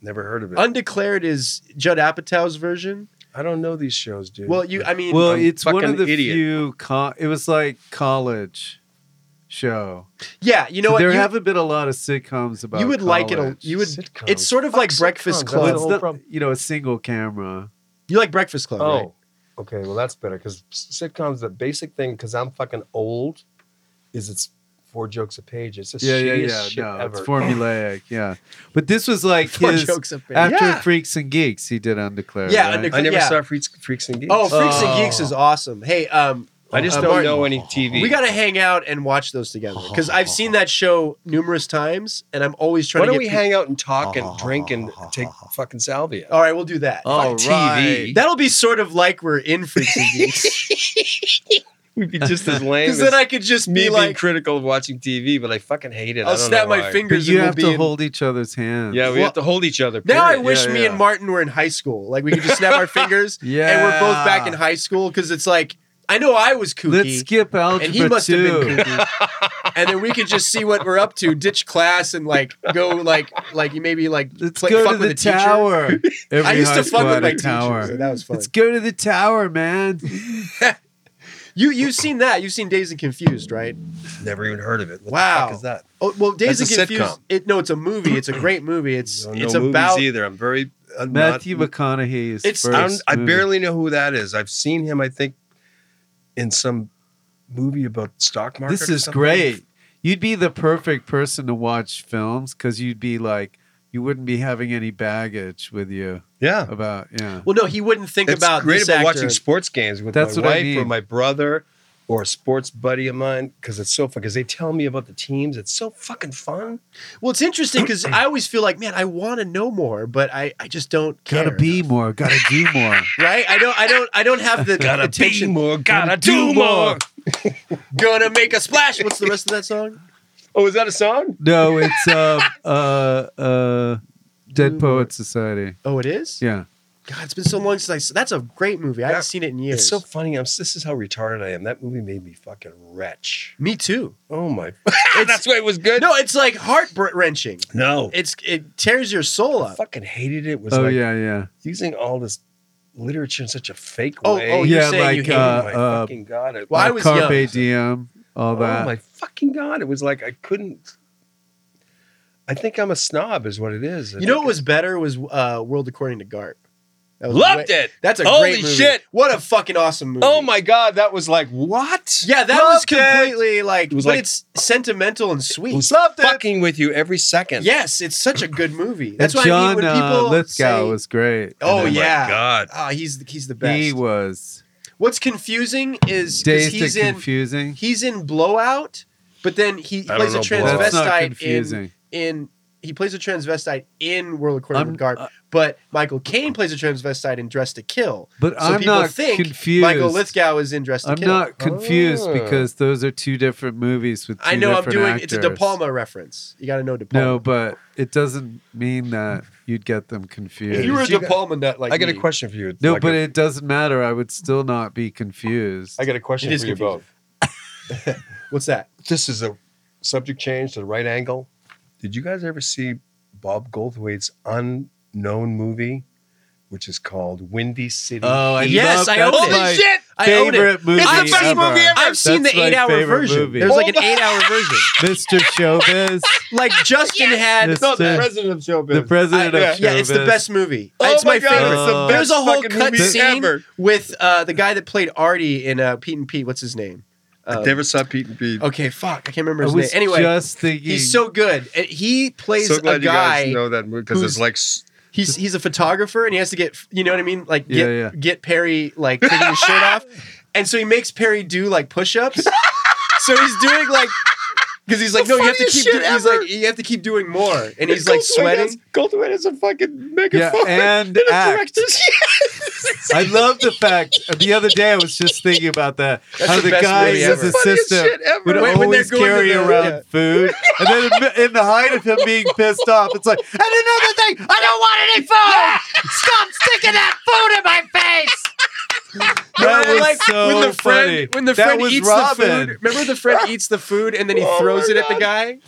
Speaker 4: Never heard of it.
Speaker 5: Undeclared is Judd Apatow's version.
Speaker 4: I don't know these shows, dude.
Speaker 5: Well, you, I mean,
Speaker 6: well,
Speaker 4: I'm
Speaker 6: it's one of
Speaker 4: fucking
Speaker 6: the
Speaker 4: idiot.
Speaker 6: few. Co- it was like college show.
Speaker 5: yeah, you know what?
Speaker 6: there
Speaker 5: you,
Speaker 6: haven't been a lot of sitcoms about.
Speaker 5: you would like it. A,
Speaker 6: college.
Speaker 5: you would.
Speaker 4: Sitcoms.
Speaker 5: It's sort of
Speaker 4: Fuck
Speaker 5: like Breakfast
Speaker 4: sitcoms,
Speaker 5: Club.
Speaker 4: that's
Speaker 6: Well, it's
Speaker 4: whole
Speaker 6: not-
Speaker 4: problem.
Speaker 6: you know, a single camera.
Speaker 5: You like Breakfast Club?
Speaker 4: Oh,
Speaker 5: right?
Speaker 4: okay. Well, that's better because sitcoms, the basic thing, because I'm fucking old, is it's four jokes a page. It's the
Speaker 6: Yeah, yeah,
Speaker 4: shittiest
Speaker 6: yeah.
Speaker 4: shit
Speaker 6: No,
Speaker 4: ever.
Speaker 6: it's formulaic. Yeah, but this was like
Speaker 5: Four
Speaker 6: his
Speaker 5: jokes a page.
Speaker 6: after
Speaker 5: Yeah.
Speaker 6: Freaks and Geeks. He did Undeclared.
Speaker 5: Yeah,
Speaker 6: right?
Speaker 5: Undeclared.
Speaker 4: I never
Speaker 5: Yeah.
Speaker 4: saw Freaks, Freaks and Geeks.
Speaker 5: Oh, Freaks
Speaker 6: Oh.
Speaker 5: and Geeks is awesome. Hey, um,
Speaker 4: I just
Speaker 5: uh,
Speaker 4: don't
Speaker 5: Martin,
Speaker 4: know any TV.
Speaker 5: We gotta hang out and watch those together because I've seen that show numerous times, and I'm always trying
Speaker 4: Why
Speaker 5: to.
Speaker 4: don't we
Speaker 5: get peop-
Speaker 4: hang out and talk and drink and take fucking salvia?
Speaker 5: All right, we'll do that.
Speaker 6: All
Speaker 4: Fuck TV.
Speaker 6: right.
Speaker 5: That'll be sort of like we're in Freaks and Geeks
Speaker 4: We'd be just as lame.
Speaker 5: because
Speaker 4: as
Speaker 5: then I could just
Speaker 4: me
Speaker 5: be
Speaker 4: being
Speaker 5: like,
Speaker 4: critical of watching TV, but I fucking hate it. I
Speaker 5: I'll
Speaker 4: don't
Speaker 5: snap
Speaker 4: know
Speaker 5: my
Speaker 4: why.
Speaker 6: But
Speaker 5: fingers.
Speaker 6: you
Speaker 5: and
Speaker 6: have
Speaker 5: we'll be
Speaker 6: to
Speaker 5: in-
Speaker 6: hold each other's hands.
Speaker 4: Yeah, we
Speaker 5: Well,
Speaker 4: have to hold each other.
Speaker 5: Now I
Speaker 4: period.
Speaker 5: wish
Speaker 6: Yeah,
Speaker 5: me
Speaker 6: yeah.
Speaker 5: and Martin were in high school. Like we could just snap our fingers, and we're both back in
Speaker 6: Yeah.
Speaker 5: high school because it's like I know I was kooky.
Speaker 6: Let's skip algebra
Speaker 5: and he must have
Speaker 6: two.
Speaker 5: been kooky. and then we could just see what we're up to, ditch class, and like go like like you maybe like
Speaker 6: Let's
Speaker 5: play-
Speaker 6: go
Speaker 5: fuck
Speaker 6: to
Speaker 5: with
Speaker 6: the,
Speaker 5: teacher.
Speaker 6: tower. Every
Speaker 5: I used
Speaker 6: high
Speaker 5: to
Speaker 6: school
Speaker 5: fuck with
Speaker 6: had a
Speaker 5: my
Speaker 6: tower.
Speaker 5: teacher, so that was fun.
Speaker 6: Let's go to the tower, man.
Speaker 5: You you've seen that? You've seen Days and Confused, right?
Speaker 4: Never even heard of it. What the
Speaker 5: Wow.
Speaker 4: fuck is that?
Speaker 5: Oh well, Days
Speaker 4: That's
Speaker 5: and
Speaker 4: a
Speaker 5: Confused.
Speaker 4: sitcom.
Speaker 5: It no, it's a movie. It's a great movie. It's
Speaker 4: I don't
Speaker 5: it's
Speaker 4: know movies
Speaker 5: about
Speaker 4: either. I'm very I'm not-
Speaker 6: Matthew McConaughey's
Speaker 5: It's-
Speaker 6: first
Speaker 4: I, don't, I
Speaker 6: movie.
Speaker 4: barely know who that is. I've seen him, I think, in some movie about stock market.
Speaker 6: This
Speaker 4: or
Speaker 6: is
Speaker 4: something.
Speaker 6: great. You'd be the perfect person to watch films because you'd be like, you wouldn't be having any baggage with you
Speaker 4: Yeah,
Speaker 6: about yeah.
Speaker 5: well, no, he wouldn't think
Speaker 4: it's
Speaker 5: about
Speaker 4: great
Speaker 5: this
Speaker 4: about
Speaker 5: actor.
Speaker 4: watching sports games with
Speaker 6: That's
Speaker 4: my
Speaker 6: what I
Speaker 4: wife or
Speaker 6: mean.
Speaker 4: my brother or a sports buddy of mine because it's so fun. Because they tell me about the teams. It's so fucking fun.
Speaker 5: Well, it's interesting because I always feel like, man, I want to know more, but I, I just don't care.
Speaker 6: Gotta be more. Gotta do more.
Speaker 5: right. I don't I don't I don't have the
Speaker 4: Gotta be
Speaker 5: attention.
Speaker 4: more. Gotta
Speaker 6: do
Speaker 4: do more.
Speaker 5: Gonna make a splash. What's the rest of that song?
Speaker 4: Oh, is that a song?
Speaker 6: No, it's uh, uh, uh, Dead Poet Society.
Speaker 5: Oh, it is.
Speaker 6: Yeah.
Speaker 5: God, it's been so long since I. s- That's a great movie. I haven't
Speaker 4: That-
Speaker 5: seen it in years.
Speaker 4: It's so funny. I'm. This is how retarded I am. That movie made me fucking wretch.
Speaker 5: Me too.
Speaker 4: Oh my.
Speaker 5: It's-
Speaker 4: That's why it was good.
Speaker 5: No, it's like heart wrenching.
Speaker 4: No.
Speaker 5: It's it tears your soul
Speaker 4: I
Speaker 5: up.
Speaker 4: fucking hated it. It Was
Speaker 6: Oh
Speaker 4: like
Speaker 6: yeah, yeah.
Speaker 4: using all this literature in such a fake
Speaker 5: Oh,
Speaker 4: way.
Speaker 5: oh, you're
Speaker 6: Yeah,
Speaker 5: saying you
Speaker 6: like
Speaker 5: hated
Speaker 4: Oh my
Speaker 6: uh, uh,
Speaker 4: fucking god! It,
Speaker 5: Well, I
Speaker 6: like
Speaker 5: was
Speaker 6: Carpe
Speaker 5: young.
Speaker 6: Diem, all that.
Speaker 4: Oh my fucking god! It was like I couldn't. I think I'm a snob, is what it is. I
Speaker 5: You know
Speaker 4: think
Speaker 5: what was better was uh, World According to Garp. That was
Speaker 4: Loved
Speaker 5: way-
Speaker 4: it.
Speaker 5: That's a
Speaker 4: Holy
Speaker 5: great movie.
Speaker 4: shit.
Speaker 5: What a fucking awesome movie.
Speaker 4: Oh my god, that was like what?
Speaker 5: Yeah, that was
Speaker 4: Loved it.
Speaker 5: completely like.
Speaker 4: It was
Speaker 5: but
Speaker 4: like-
Speaker 5: it's sentimental and sweet.
Speaker 4: was
Speaker 5: Loved
Speaker 4: Fucking with you every second.
Speaker 5: Yes, it's such a good movie.
Speaker 6: That's
Speaker 5: That's why I mean,
Speaker 6: John
Speaker 5: when people
Speaker 6: uh, Lithgow
Speaker 5: say,
Speaker 6: was great.
Speaker 5: Oh,
Speaker 4: my
Speaker 5: yeah.
Speaker 4: God.
Speaker 5: Ah, he's the, he's the best.
Speaker 6: he was
Speaker 5: What's confusing is 'cause
Speaker 6: dazed
Speaker 5: he's
Speaker 6: and
Speaker 5: in
Speaker 6: confusing.
Speaker 5: he's in Blowout, but then he
Speaker 4: I
Speaker 5: plays a
Speaker 4: don't know Blowout.
Speaker 6: That's not
Speaker 5: transvestite in,
Speaker 6: confusing.
Speaker 5: in he plays a transvestite in World According
Speaker 6: I'm- uh,
Speaker 5: with Garp, but Michael Caine plays a transvestite in Dress to Kill.
Speaker 6: But
Speaker 5: So
Speaker 6: I'm
Speaker 5: people
Speaker 6: not
Speaker 5: think oh,
Speaker 6: confused.
Speaker 5: Michael Lithgow is in Dress to
Speaker 6: I'm
Speaker 5: Kill.
Speaker 6: not confused
Speaker 4: Oh.
Speaker 6: because those are two different movies with two
Speaker 5: I know I'm
Speaker 6: different
Speaker 5: doing
Speaker 6: actors.
Speaker 5: it's a De Palma reference. You got to know De Palma.
Speaker 6: No, but it doesn't mean that you'd get them confused.
Speaker 5: you were a
Speaker 4: You
Speaker 5: De
Speaker 4: got-
Speaker 5: Palma nut like
Speaker 4: I got a
Speaker 5: me.
Speaker 4: question for you.
Speaker 6: no,
Speaker 4: Like
Speaker 6: but
Speaker 4: a-
Speaker 6: it doesn't matter. I would still not be confused.
Speaker 4: I got a question
Speaker 5: It is
Speaker 4: for you
Speaker 5: confusing.
Speaker 4: both.
Speaker 5: What's that?
Speaker 4: This is a subject change to the right angle. Did you guys ever see Bob Goldthwait's unknown movie, which is called Windy City?
Speaker 6: oh, I
Speaker 5: Yes,
Speaker 6: love,
Speaker 5: I
Speaker 6: that's
Speaker 5: own it.
Speaker 6: my
Speaker 4: shit!
Speaker 6: Favorite movie
Speaker 5: It's the best
Speaker 6: ever.
Speaker 5: movie ever. I've seen
Speaker 6: That's
Speaker 5: the
Speaker 6: my
Speaker 5: eight-hour
Speaker 6: favorite
Speaker 5: version.
Speaker 6: movie.
Speaker 5: There's like an eight-hour version.
Speaker 6: Mr. Showbiz,
Speaker 5: Like Justin had
Speaker 6: This- No, the Yes.
Speaker 4: president of showbiz.
Speaker 6: the president
Speaker 4: I- yeah.
Speaker 6: of Showbiz.
Speaker 5: Yeah, it's the best movie.
Speaker 4: Oh
Speaker 5: it's my,
Speaker 4: my God,
Speaker 5: favorite.
Speaker 6: it's the
Speaker 5: There's
Speaker 4: best
Speaker 5: a whole
Speaker 4: fucking
Speaker 5: cut
Speaker 4: movie
Speaker 5: scene
Speaker 4: ever.
Speaker 5: with uh, the guy that played Artie in uh, Pete and Pete. What's his name?
Speaker 4: I
Speaker 5: Um,
Speaker 4: never saw Pete and Pete.
Speaker 5: okay, fuck, I can't remember
Speaker 6: I
Speaker 5: his name.
Speaker 6: was
Speaker 5: Anyway,
Speaker 6: just thinking.
Speaker 5: he's so good. And He plays
Speaker 4: so glad
Speaker 5: a
Speaker 4: you guys
Speaker 5: guy.
Speaker 4: know that movie because
Speaker 5: who's-
Speaker 4: it's like s-
Speaker 5: He's he's a photographer, and he has to get you know what I mean, like get
Speaker 6: Yeah, yeah.
Speaker 5: get Perry like taking his shirt off, and so he makes Perry do like push-ups. so he's doing like. Because he's like,
Speaker 4: The
Speaker 5: no, you have to
Speaker 4: funniest
Speaker 5: keep.
Speaker 4: shit
Speaker 5: Do-, he's
Speaker 4: ever.
Speaker 5: like, you have to keep doing more, and he's like sweating.
Speaker 4: Goldthwait is a fucking mega
Speaker 6: Yeah,
Speaker 4: forward
Speaker 6: and
Speaker 4: in a
Speaker 6: act.
Speaker 4: director's-
Speaker 6: I love the fact. The other day, I was just thinking about that.
Speaker 5: That's
Speaker 6: how
Speaker 5: the
Speaker 6: the,
Speaker 5: best
Speaker 6: guy,
Speaker 5: movie
Speaker 6: his
Speaker 5: ever.
Speaker 4: Funniest
Speaker 6: assistant,
Speaker 4: shit ever.
Speaker 6: would
Speaker 5: When- when
Speaker 6: always
Speaker 5: they're going
Speaker 6: carry
Speaker 5: to the-
Speaker 6: around
Speaker 5: yeah.
Speaker 6: food, and then in- in the height of him being pissed off, it's like, I did another thing. I don't want any food. Stop sticking that food in my face. That
Speaker 5: Remember,
Speaker 6: was
Speaker 5: like,
Speaker 6: so
Speaker 5: when the friend,
Speaker 6: funny.
Speaker 5: When the
Speaker 6: That
Speaker 5: friend
Speaker 6: was
Speaker 5: eats
Speaker 6: Robin.
Speaker 5: the food, remember the friend eats the food and then he
Speaker 4: Oh
Speaker 5: throws
Speaker 4: my
Speaker 5: it at the
Speaker 4: God.
Speaker 5: guy.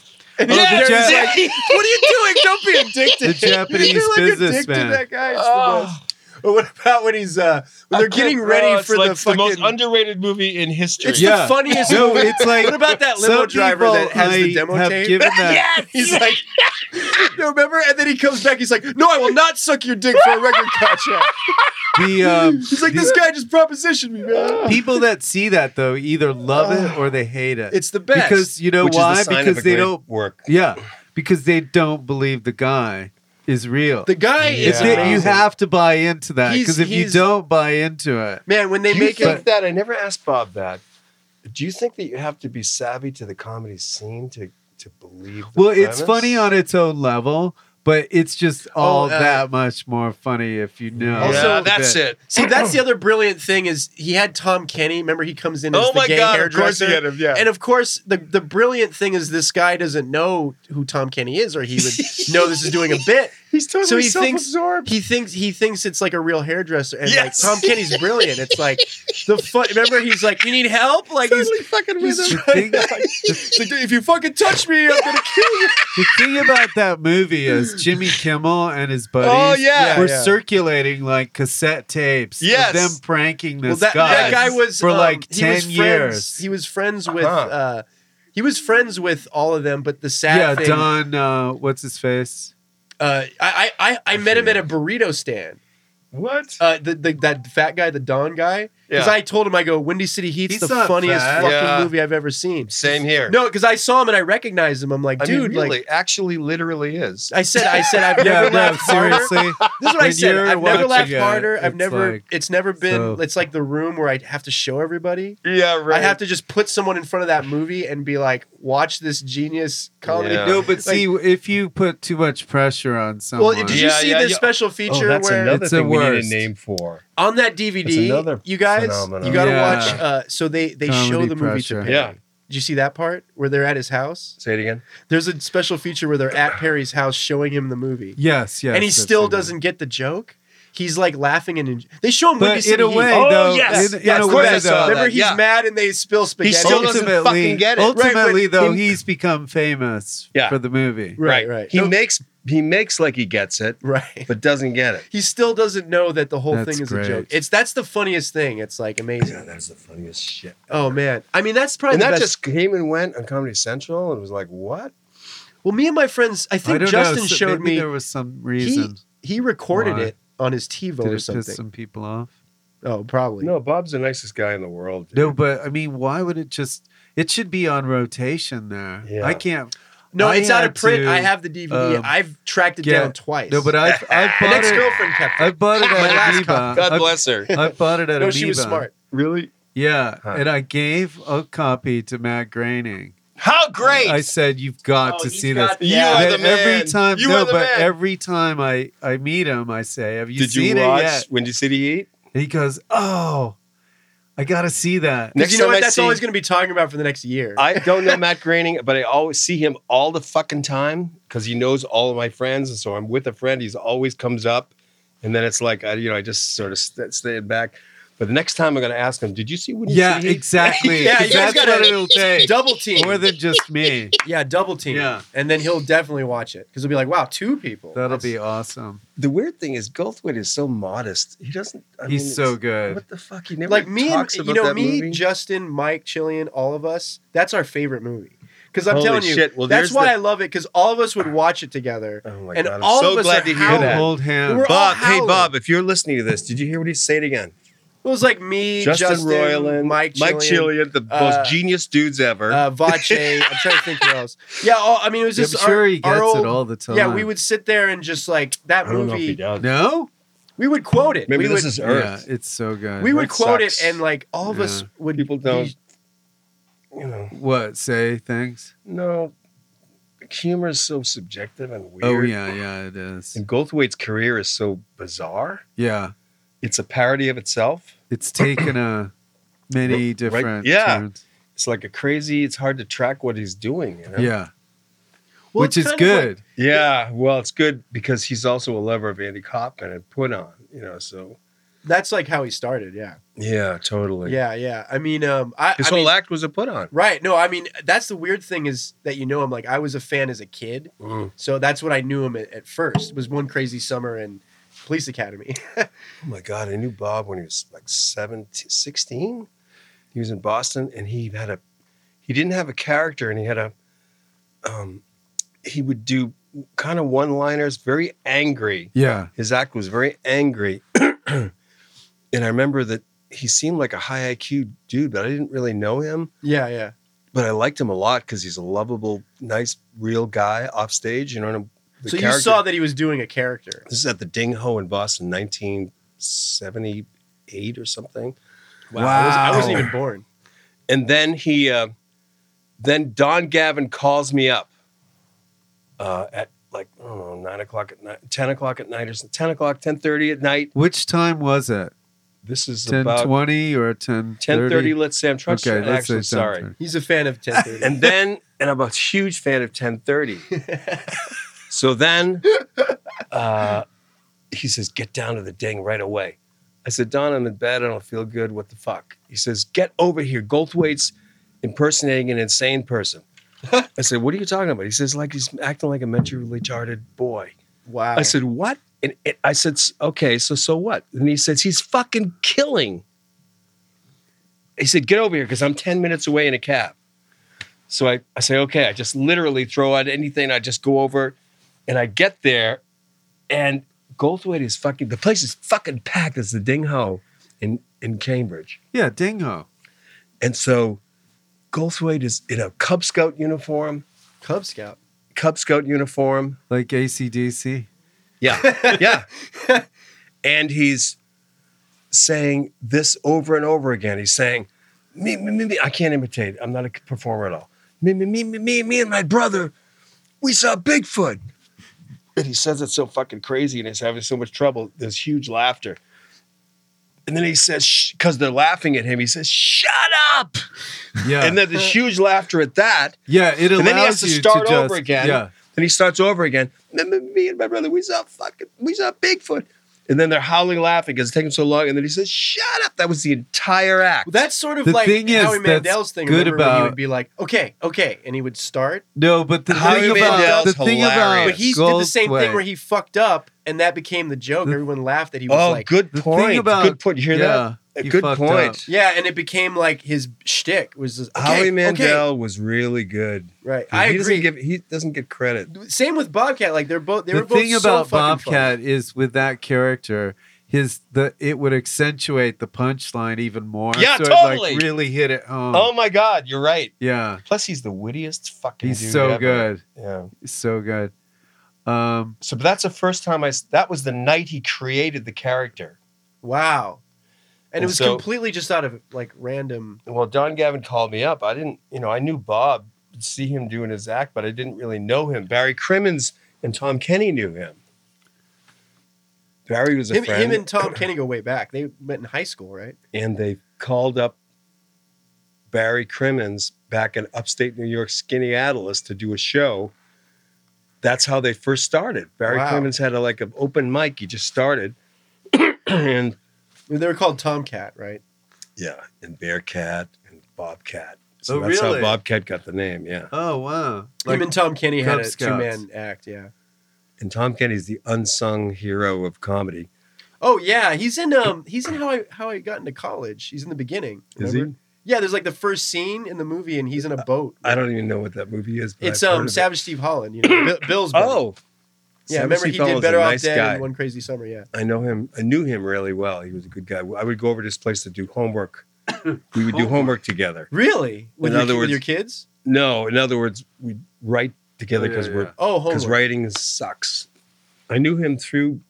Speaker 6: Oh, the
Speaker 5: Jerry's
Speaker 6: Jap-
Speaker 5: like, what are you doing? Don't be a dick to
Speaker 6: The
Speaker 5: him." You're
Speaker 6: Japanese
Speaker 5: like a dick to
Speaker 6: businessman. Oh.
Speaker 5: that guy. It's the best. But what about when he's uh when they're getting ready for the fucking?
Speaker 4: underrated movie in history.
Speaker 5: It's the funniest
Speaker 6: No,
Speaker 5: movie.
Speaker 6: it's like
Speaker 5: What about that limo
Speaker 6: some
Speaker 5: driver
Speaker 6: people
Speaker 5: that has the
Speaker 6: I
Speaker 5: demo
Speaker 6: have
Speaker 5: tape?
Speaker 6: Given that,
Speaker 5: He's like, no, remember? And then he comes back. He's like, no, I will not suck your dick for a record contract.
Speaker 6: the um,
Speaker 5: He's like,
Speaker 6: the
Speaker 5: this guy just propositioned me, man.
Speaker 6: people that see that though either love it or they hate it.
Speaker 5: It's the best.
Speaker 6: because you know
Speaker 4: Which is the
Speaker 6: why?
Speaker 4: sign of
Speaker 6: Because
Speaker 4: a
Speaker 6: they
Speaker 4: great
Speaker 6: don't.
Speaker 4: work.
Speaker 6: Yeah, because they don't believe the guy is real.
Speaker 5: the guy is
Speaker 6: It's that you
Speaker 5: amazing.
Speaker 6: have to buy into that
Speaker 5: He's-
Speaker 6: because if you
Speaker 5: he's-
Speaker 6: don't buy into it,
Speaker 5: Man, when they
Speaker 4: Do you
Speaker 5: make
Speaker 4: think
Speaker 5: it,
Speaker 4: that I never asked Bob that? Do you think that you have to be savvy to the comedy scene to to believe? the
Speaker 6: well, it's
Speaker 4: premise?
Speaker 6: funny on its own level, but it's just all
Speaker 5: uh,
Speaker 6: that much more funny if you know.
Speaker 5: Also,
Speaker 6: the
Speaker 5: Yeah,
Speaker 6: bit.
Speaker 5: see, that's the other brilliant thing is he had Tom Kenny. Remember, he comes in. As
Speaker 4: Oh
Speaker 5: the
Speaker 4: my
Speaker 5: gay
Speaker 4: God! Of course
Speaker 5: hairdresser.
Speaker 4: you get him. Yeah.
Speaker 5: And of course, the the brilliant thing is this guy doesn't know who Tom Kenny is, or he would know this is doing a bit.
Speaker 4: He's totally
Speaker 5: so he thinks
Speaker 4: self-absorbed.
Speaker 5: he thinks he thinks it's like a real hairdresser, and
Speaker 4: Yes.
Speaker 5: like Tom Kenny's brilliant. It's like the fun. Remember, he's like, "You need help?" Like he's,
Speaker 4: totally fucking with
Speaker 5: he's
Speaker 4: him.
Speaker 5: trying. He's like, if you fucking touch me, I'm gonna kill you.
Speaker 6: the thing about that movie is Jimmy Kimmel and his buddies
Speaker 4: Oh, yeah.
Speaker 6: were
Speaker 5: Yeah, yeah.
Speaker 6: circulating like cassette tapes
Speaker 4: Yes.
Speaker 6: of them pranking this
Speaker 5: Well, that,
Speaker 6: guy.
Speaker 5: that guy was
Speaker 6: for
Speaker 5: um,
Speaker 6: like
Speaker 5: he was
Speaker 6: ten
Speaker 5: friends-
Speaker 6: years.
Speaker 5: He was friends with.
Speaker 4: Uh-huh.
Speaker 5: Uh, he was friends with all of them, but the sad
Speaker 6: yeah,
Speaker 5: thing,
Speaker 6: Don. Uh, what's his face?
Speaker 5: uh, I, I, I, I met him at a burrito stand.
Speaker 4: What?
Speaker 5: Uh, the, the that fat guy, the Don guy, because
Speaker 4: Yeah.
Speaker 5: I told him, I go, Windy City Heat's
Speaker 6: He's
Speaker 5: the
Speaker 6: not
Speaker 5: funniest
Speaker 6: fat.
Speaker 5: fucking
Speaker 4: Yeah.
Speaker 5: movie I've ever seen.
Speaker 4: Same here.
Speaker 5: No, because I saw him and I recognized him. I'm like,
Speaker 4: I
Speaker 5: dude,
Speaker 4: mean, really,
Speaker 5: like.
Speaker 4: actually, literally is.
Speaker 5: I said, I said, I've
Speaker 6: Yeah,
Speaker 5: never
Speaker 6: no,
Speaker 5: laughed harder.
Speaker 6: seriously.
Speaker 5: This is what I
Speaker 6: When
Speaker 5: said.
Speaker 6: you're
Speaker 5: I've never
Speaker 6: watching
Speaker 5: laughed
Speaker 6: it,
Speaker 5: harder. I've
Speaker 6: it's
Speaker 5: never.
Speaker 6: like-
Speaker 5: it's never been.
Speaker 6: so-
Speaker 5: It's like the room where I have to show everybody.
Speaker 4: yeah, right.
Speaker 5: I have to just put someone in front of that movie and be like, watch this genius comedy.
Speaker 4: Yeah.
Speaker 6: No, but
Speaker 5: Like-
Speaker 6: see, if you put too much pressure on someone,
Speaker 5: Well, did you
Speaker 4: Yeah,
Speaker 5: see
Speaker 4: yeah,
Speaker 5: this
Speaker 4: yeah.
Speaker 5: special
Speaker 4: Oh,
Speaker 5: feature
Speaker 4: that's
Speaker 5: where
Speaker 4: another
Speaker 6: It's
Speaker 4: thing
Speaker 6: the
Speaker 4: we need
Speaker 6: worst.
Speaker 4: a name for.
Speaker 5: on that
Speaker 4: That's
Speaker 5: DVD,
Speaker 4: another
Speaker 5: you guys,
Speaker 4: phenomenon.
Speaker 5: you got to
Speaker 6: Yeah.
Speaker 5: watch. Uh, so they they
Speaker 6: Comedy
Speaker 5: show the movie to
Speaker 6: pressure.
Speaker 5: Perry. Did you see that part where they're at his house?
Speaker 4: Say it again.
Speaker 5: There's a special feature where they're at Perry's house showing him the movie,
Speaker 6: yes, yes,
Speaker 5: and he
Speaker 6: that's
Speaker 5: still
Speaker 6: the one.
Speaker 5: doesn't get the joke. He's like laughing and en- they show him. Windy
Speaker 6: But in
Speaker 5: City
Speaker 6: a
Speaker 5: Heat.
Speaker 6: way,
Speaker 4: Oh,
Speaker 6: though,
Speaker 4: yes,
Speaker 6: in, in
Speaker 4: yes,
Speaker 6: a
Speaker 4: of
Speaker 6: way,
Speaker 4: course I saw
Speaker 6: though,
Speaker 5: Remember,
Speaker 4: that,
Speaker 5: he's
Speaker 4: yeah.
Speaker 5: mad and they spill spaghetti.
Speaker 4: still doesn't
Speaker 6: ultimately,
Speaker 4: fucking get it. Right,
Speaker 6: ultimately,
Speaker 5: but
Speaker 6: though,
Speaker 5: in-
Speaker 6: he's become famous
Speaker 4: Yeah.
Speaker 6: for the movie.
Speaker 5: Right, right.
Speaker 4: He
Speaker 5: No-
Speaker 4: makes he makes like he gets it,
Speaker 5: right.
Speaker 4: but doesn't get it.
Speaker 5: he still doesn't know that the whole
Speaker 6: That's
Speaker 5: thing is
Speaker 6: great.
Speaker 5: a joke. It's that's the funniest thing. It's like
Speaker 4: Yeah,
Speaker 5: amazing.
Speaker 4: that's the funniest shit.
Speaker 5: Oh man, I mean that's probably
Speaker 4: And
Speaker 5: the
Speaker 4: that
Speaker 5: best.
Speaker 4: just came and went on Comedy Central, and it was like, what?
Speaker 5: well, me and my friends, I
Speaker 6: I
Speaker 5: think
Speaker 6: don't
Speaker 5: Justin
Speaker 6: know, so
Speaker 5: showed
Speaker 6: maybe
Speaker 5: me
Speaker 6: there was some
Speaker 5: he
Speaker 6: reason.
Speaker 5: he recorded
Speaker 6: Why?
Speaker 5: it on his TiVo
Speaker 6: Did
Speaker 5: or
Speaker 6: it piss
Speaker 5: something.
Speaker 6: some people off?
Speaker 5: Oh, probably.
Speaker 4: No, Bob's the nicest guy in the world. dude.
Speaker 6: No, but I mean, why would it just? It should be on rotation there.
Speaker 4: Yeah.
Speaker 6: I can't.
Speaker 5: No,
Speaker 6: I
Speaker 5: it's out of
Speaker 6: had
Speaker 5: print.
Speaker 6: to,
Speaker 5: I have the DVD.
Speaker 6: um,
Speaker 5: I've tracked it
Speaker 6: get-
Speaker 5: down twice.
Speaker 6: No, but I've, I've
Speaker 5: my
Speaker 6: bought
Speaker 5: ex
Speaker 6: it.
Speaker 5: girlfriend kept
Speaker 6: I
Speaker 5: it.
Speaker 6: bought it
Speaker 5: My
Speaker 6: at
Speaker 5: last
Speaker 6: Amoeba.
Speaker 5: copy.
Speaker 4: God
Speaker 6: I-
Speaker 4: bless her.
Speaker 6: I bought it at
Speaker 5: No,
Speaker 6: Amoeba.
Speaker 5: she was smart.
Speaker 4: Really?
Speaker 6: Yeah,
Speaker 4: Huh.
Speaker 6: and I gave a copy to Matt Groening.
Speaker 4: How great!
Speaker 6: I said, "You've got
Speaker 5: Oh,
Speaker 6: to
Speaker 5: he's
Speaker 6: see this."
Speaker 5: got-
Speaker 4: You
Speaker 5: Yeah.
Speaker 4: are
Speaker 6: That
Speaker 4: the man.
Speaker 6: Every time,
Speaker 4: you
Speaker 6: no,
Speaker 4: are the
Speaker 6: but
Speaker 4: man.
Speaker 6: every time I I meet him, I say, "Have you
Speaker 4: Did you
Speaker 6: seen
Speaker 4: watch
Speaker 6: it yet?"
Speaker 4: When You City Eat?
Speaker 6: And he goes, "Oh, I gotta see that."
Speaker 4: Next
Speaker 5: you know
Speaker 4: time
Speaker 5: what?
Speaker 4: I
Speaker 5: That's
Speaker 4: see-
Speaker 5: all he's going to be talking about for the next year.
Speaker 4: I don't know Matt Groening, but I always see him all the fucking time because he knows all of my friends, and so I'm with a friend. He's always comes up, and then it's like I, you know, I just sort of st- stayed back. But the next time I'm going to ask him, did you see When You
Speaker 6: Yeah,
Speaker 4: City Eat?
Speaker 6: exactly.
Speaker 5: Yeah,
Speaker 6: 'Cause
Speaker 5: you guys
Speaker 6: that's
Speaker 5: gotta-
Speaker 6: what it'll take.
Speaker 5: double team.
Speaker 6: More than just me.
Speaker 5: yeah, double team.
Speaker 6: Yeah.
Speaker 5: And then he'll definitely watch it because he'll be like, wow, two people.
Speaker 6: That'll
Speaker 5: That's-
Speaker 6: be awesome.
Speaker 4: The weird thing is, Goldthwait is so modest. He doesn't. I
Speaker 6: He's
Speaker 4: mean,
Speaker 6: so
Speaker 4: it's-
Speaker 6: good.
Speaker 4: What the fuck? He never
Speaker 5: like me and
Speaker 4: talks
Speaker 5: you
Speaker 4: about
Speaker 5: know
Speaker 4: that
Speaker 5: me,
Speaker 4: movie.
Speaker 5: Justin, Mike, Chillian, all of us. That's our favorite movie. Because I'm
Speaker 4: Holy
Speaker 5: telling you,
Speaker 4: shit. Well,
Speaker 5: that's
Speaker 4: there's
Speaker 5: why
Speaker 4: the-
Speaker 5: I love it. Because all of us would watch it together.
Speaker 4: Oh my
Speaker 5: and
Speaker 4: god! I'm
Speaker 5: all
Speaker 4: so
Speaker 5: of us
Speaker 4: glad
Speaker 5: are
Speaker 4: to hear
Speaker 5: howling.
Speaker 4: that.
Speaker 6: Hold hands.
Speaker 5: We're all
Speaker 4: Bob, hey
Speaker 5: howling.
Speaker 4: Bob, if you're listening to this, did you hear what he said again?
Speaker 5: It was like me,
Speaker 4: Justin, Roiland,
Speaker 5: Mike, Chillian,
Speaker 4: Mike Chillian, the
Speaker 5: uh,
Speaker 4: most genius dudes ever.
Speaker 5: uh, Vache. I'm trying to think who else. Yeah, all, I mean, it was
Speaker 6: I'm
Speaker 5: just.
Speaker 6: sure
Speaker 5: our-
Speaker 6: he
Speaker 5: our
Speaker 6: gets
Speaker 5: old-
Speaker 6: it all the time.
Speaker 5: Yeah, we would sit there and just like that movie.
Speaker 4: does.
Speaker 6: No,
Speaker 5: We would quote it.
Speaker 4: Maybe
Speaker 5: we
Speaker 4: this
Speaker 5: would,
Speaker 4: is Earth.
Speaker 6: Yeah, it's so good.
Speaker 5: We would
Speaker 4: That
Speaker 5: quote
Speaker 4: sucks.
Speaker 5: it, and like all of us
Speaker 6: Yeah.
Speaker 5: would.
Speaker 4: People
Speaker 5: be-
Speaker 4: don't- You know,
Speaker 6: what say things?
Speaker 4: no, humor is so subjective and weird.
Speaker 6: Oh yeah, yeah, it is.
Speaker 4: And Goldthwait's career is so bizarre.
Speaker 6: Yeah,
Speaker 4: It's a parody of itself.
Speaker 6: it's taken a many different
Speaker 4: yeah.
Speaker 6: turns.
Speaker 4: It's like a crazy. It's hard to track what he's doing. you know?
Speaker 6: Yeah,
Speaker 5: Well,
Speaker 6: which
Speaker 5: it's
Speaker 6: is
Speaker 5: kind of like-
Speaker 6: good.
Speaker 4: Yeah. Well, it's good because he's also a lover of Andy Kaufman and put on. You know. So.
Speaker 5: that's like how he started. Yeah.
Speaker 4: Yeah. Totally.
Speaker 5: Yeah, yeah. I mean, um, I,
Speaker 4: His
Speaker 5: I
Speaker 4: whole
Speaker 5: mean,
Speaker 4: act was a put on.
Speaker 5: right? No, I mean that's the weird thing is that you know him. Like I was a fan as a kid,
Speaker 4: Mm.
Speaker 5: so that's what I knew him at, at first. Was one crazy summer in Police Academy.
Speaker 4: Oh my God, I knew Bob when he was like 17, 16. He was in Boston and he had a, he didn't have a character and he had a, um, he would do kind of one liners, very angry.
Speaker 6: Yeah,
Speaker 4: His act was very angry. and I remember that he seemed like a high IQ dude, but I didn't really know him.
Speaker 5: yeah, yeah.
Speaker 4: But I liked him a lot because he's a lovable, nice, real guy off stage. You know, and the
Speaker 5: so you
Speaker 4: character-
Speaker 5: saw that he was doing a character.
Speaker 4: this is at the Ding Ho in Boston, 1978 or something.
Speaker 5: I, was, I wasn't
Speaker 6: Wow.
Speaker 5: even born.
Speaker 4: And then he, uh, then Don Gavin calls me up uh, at like I don't know nine o'clock at night, ten o'clock at night, or some- ten o'clock, ten thirty at night.
Speaker 6: which time was it?
Speaker 4: This is
Speaker 6: Ten
Speaker 4: about
Speaker 6: twenty or ten
Speaker 4: ten thirty. Let's say I'm trying to
Speaker 6: Okay, let's
Speaker 4: actually
Speaker 6: say
Speaker 4: sorry.
Speaker 6: 10:30.
Speaker 5: He's a fan of ten thirty.
Speaker 4: And then, and I'm a huge fan of ten thirty. so then, uh, he says, "Get down to the ding right away." I said, "Don, I'm in bed. I don't feel good. What the fuck?" He says, "Get over here. Goldthwait's impersonating an insane person." I said, "What are you talking about?" He says, "Like he's acting like a mentally retarded boy."
Speaker 5: wow.
Speaker 4: I said, "What?" And it, I said, "S- "Okay, so so what?" And he says, "He's fucking killing." He said, "Get over here because I'm ten minutes away in a cab." So I, I say, "Okay." I just literally throw out anything. I just go over, and I get there, and Goldthwait is fucking. The place is fucking packed. It's the Ding Ho in in Cambridge,
Speaker 6: Yeah, Dingo.
Speaker 4: and so Goldthwait is in a Cub Scout uniform,
Speaker 5: Cub Scout.
Speaker 4: Cub Scout uniform.
Speaker 6: Like ACDC.
Speaker 4: Yeah. Yeah. and he's saying this over and over again. He's saying, me, me, me, me. I can't imitate. I'm not a performer at all. Me, me, me, me, me, me and my brother, we saw Bigfoot. And he says it so fucking crazy and he's having so much trouble. There's huge laughter. And then he says, because they're laughing at him, he says, shut up.
Speaker 6: Yeah.
Speaker 4: And then there's huge laughter at that.
Speaker 6: yeah, it allows
Speaker 4: And then he has to
Speaker 6: you
Speaker 4: start
Speaker 6: just-
Speaker 4: over again.
Speaker 6: Yeah.
Speaker 4: Then he starts over again. "Me- Me me and my brother, we saw fucking, we saw Bigfoot. And then they're howling, laughing because it's taking so long. And then he says, "Shut up!" That was the entire act.
Speaker 5: Well, that's sort of
Speaker 6: The
Speaker 5: like
Speaker 6: thing is,
Speaker 5: Howie
Speaker 6: that's
Speaker 5: Mandel's thing.
Speaker 6: good
Speaker 5: Good about he
Speaker 6: about-
Speaker 5: would be like, okay, okay, and he would start,
Speaker 6: No, but the
Speaker 4: Howie
Speaker 6: thing about the
Speaker 4: Mandel's
Speaker 6: thing
Speaker 4: hilarious.
Speaker 6: about
Speaker 4: But
Speaker 5: but he did the same thing where he fucked up, and that became the joke. Everyone laughed that he was
Speaker 4: oh,
Speaker 5: like,
Speaker 4: good
Speaker 6: the
Speaker 4: point.
Speaker 6: thing about
Speaker 4: good point. You hear
Speaker 6: yeah,
Speaker 4: that? a
Speaker 6: You
Speaker 4: good
Speaker 6: fucked
Speaker 4: point.
Speaker 6: up.
Speaker 5: Yeah, and it became like his shtick was just, okay,
Speaker 4: Howie
Speaker 5: okay.
Speaker 4: Mandel was really good.
Speaker 5: Right,
Speaker 4: He
Speaker 5: I
Speaker 4: Doesn't
Speaker 5: agree.
Speaker 4: give, he doesn't get credit.
Speaker 5: Same with Bobcat. Like they're both. They
Speaker 6: the
Speaker 5: were both
Speaker 6: thing
Speaker 5: so
Speaker 6: about
Speaker 5: fucking funny.
Speaker 6: Bobcat is with that character, his the it would accentuate the punchline even more.
Speaker 4: Yeah,
Speaker 6: so It,
Speaker 4: totally.
Speaker 6: like, really hit it home.
Speaker 4: Oh my God, you're right.
Speaker 6: yeah,
Speaker 4: Plus, he's the wittiest fucking.
Speaker 6: he's
Speaker 4: dude
Speaker 6: so
Speaker 4: ever.
Speaker 6: good.
Speaker 4: Yeah.
Speaker 6: He's so good. Um,
Speaker 4: So but that's the first time I. s- That was the night he created the character.
Speaker 5: Wow. And
Speaker 4: And
Speaker 5: it was
Speaker 4: so-
Speaker 5: completely just out of like random.
Speaker 4: Well, Don Gavin called me up. I didn't, you know, I knew Bob, see him doing his act, but I didn't really know him. Barry Crimmins and Tom Kenny knew him. Barry was a
Speaker 5: Him,
Speaker 4: friend.
Speaker 5: him and Tom Kenny go way back. They met in high school, right?
Speaker 4: and they called up Barry Crimmins back in upstate New York, Skinny Atlas, to do a show. That's how they first started. Barry
Speaker 5: Wow.
Speaker 4: Crimmins had a, like an open mic. He just started, and
Speaker 5: They were called Tomcat, right?
Speaker 4: yeah, and Bearcat and Bobcat. So
Speaker 6: Oh,
Speaker 4: that's
Speaker 6: really?
Speaker 4: how Bobcat got the name. Yeah,
Speaker 6: oh wow,
Speaker 5: him and Tom Kenny had
Speaker 6: Cub
Speaker 5: a two
Speaker 6: Scouts.
Speaker 5: man act. Yeah.
Speaker 4: and Tom Kenny's the unsung hero of comedy.
Speaker 5: Oh yeah, he's in um he's in how I how I got into college. He's in the beginning.
Speaker 4: Is
Speaker 5: remember? Yeah, there's like the first scene in the movie, and he's in a boat.
Speaker 4: he? I don't even know what that movie is. But
Speaker 5: It's
Speaker 4: I've heard
Speaker 5: um
Speaker 4: of it.
Speaker 5: Savage Steve Holland, you know, Bill- Bill's. Buddy.
Speaker 4: Oh,
Speaker 5: yeah,
Speaker 4: Savage
Speaker 5: remember
Speaker 4: Steve
Speaker 5: he
Speaker 4: Holland's
Speaker 5: did
Speaker 4: a
Speaker 5: Better Off
Speaker 4: nice
Speaker 5: Dead
Speaker 4: guy.
Speaker 5: and One Crazy Summer. Yeah,
Speaker 4: I know him. I knew him really well. He was a good guy. I would go over to his place to do homework. we would do homework together.
Speaker 5: really? With,
Speaker 4: In
Speaker 5: your,
Speaker 4: other
Speaker 5: ki- with
Speaker 4: words-
Speaker 5: your kids?
Speaker 4: No, in other words, we write together
Speaker 6: Oh, yeah,
Speaker 4: because
Speaker 6: yeah.
Speaker 4: we're
Speaker 5: Oh,
Speaker 4: because
Speaker 5: homework.
Speaker 4: writing sucks. I knew him through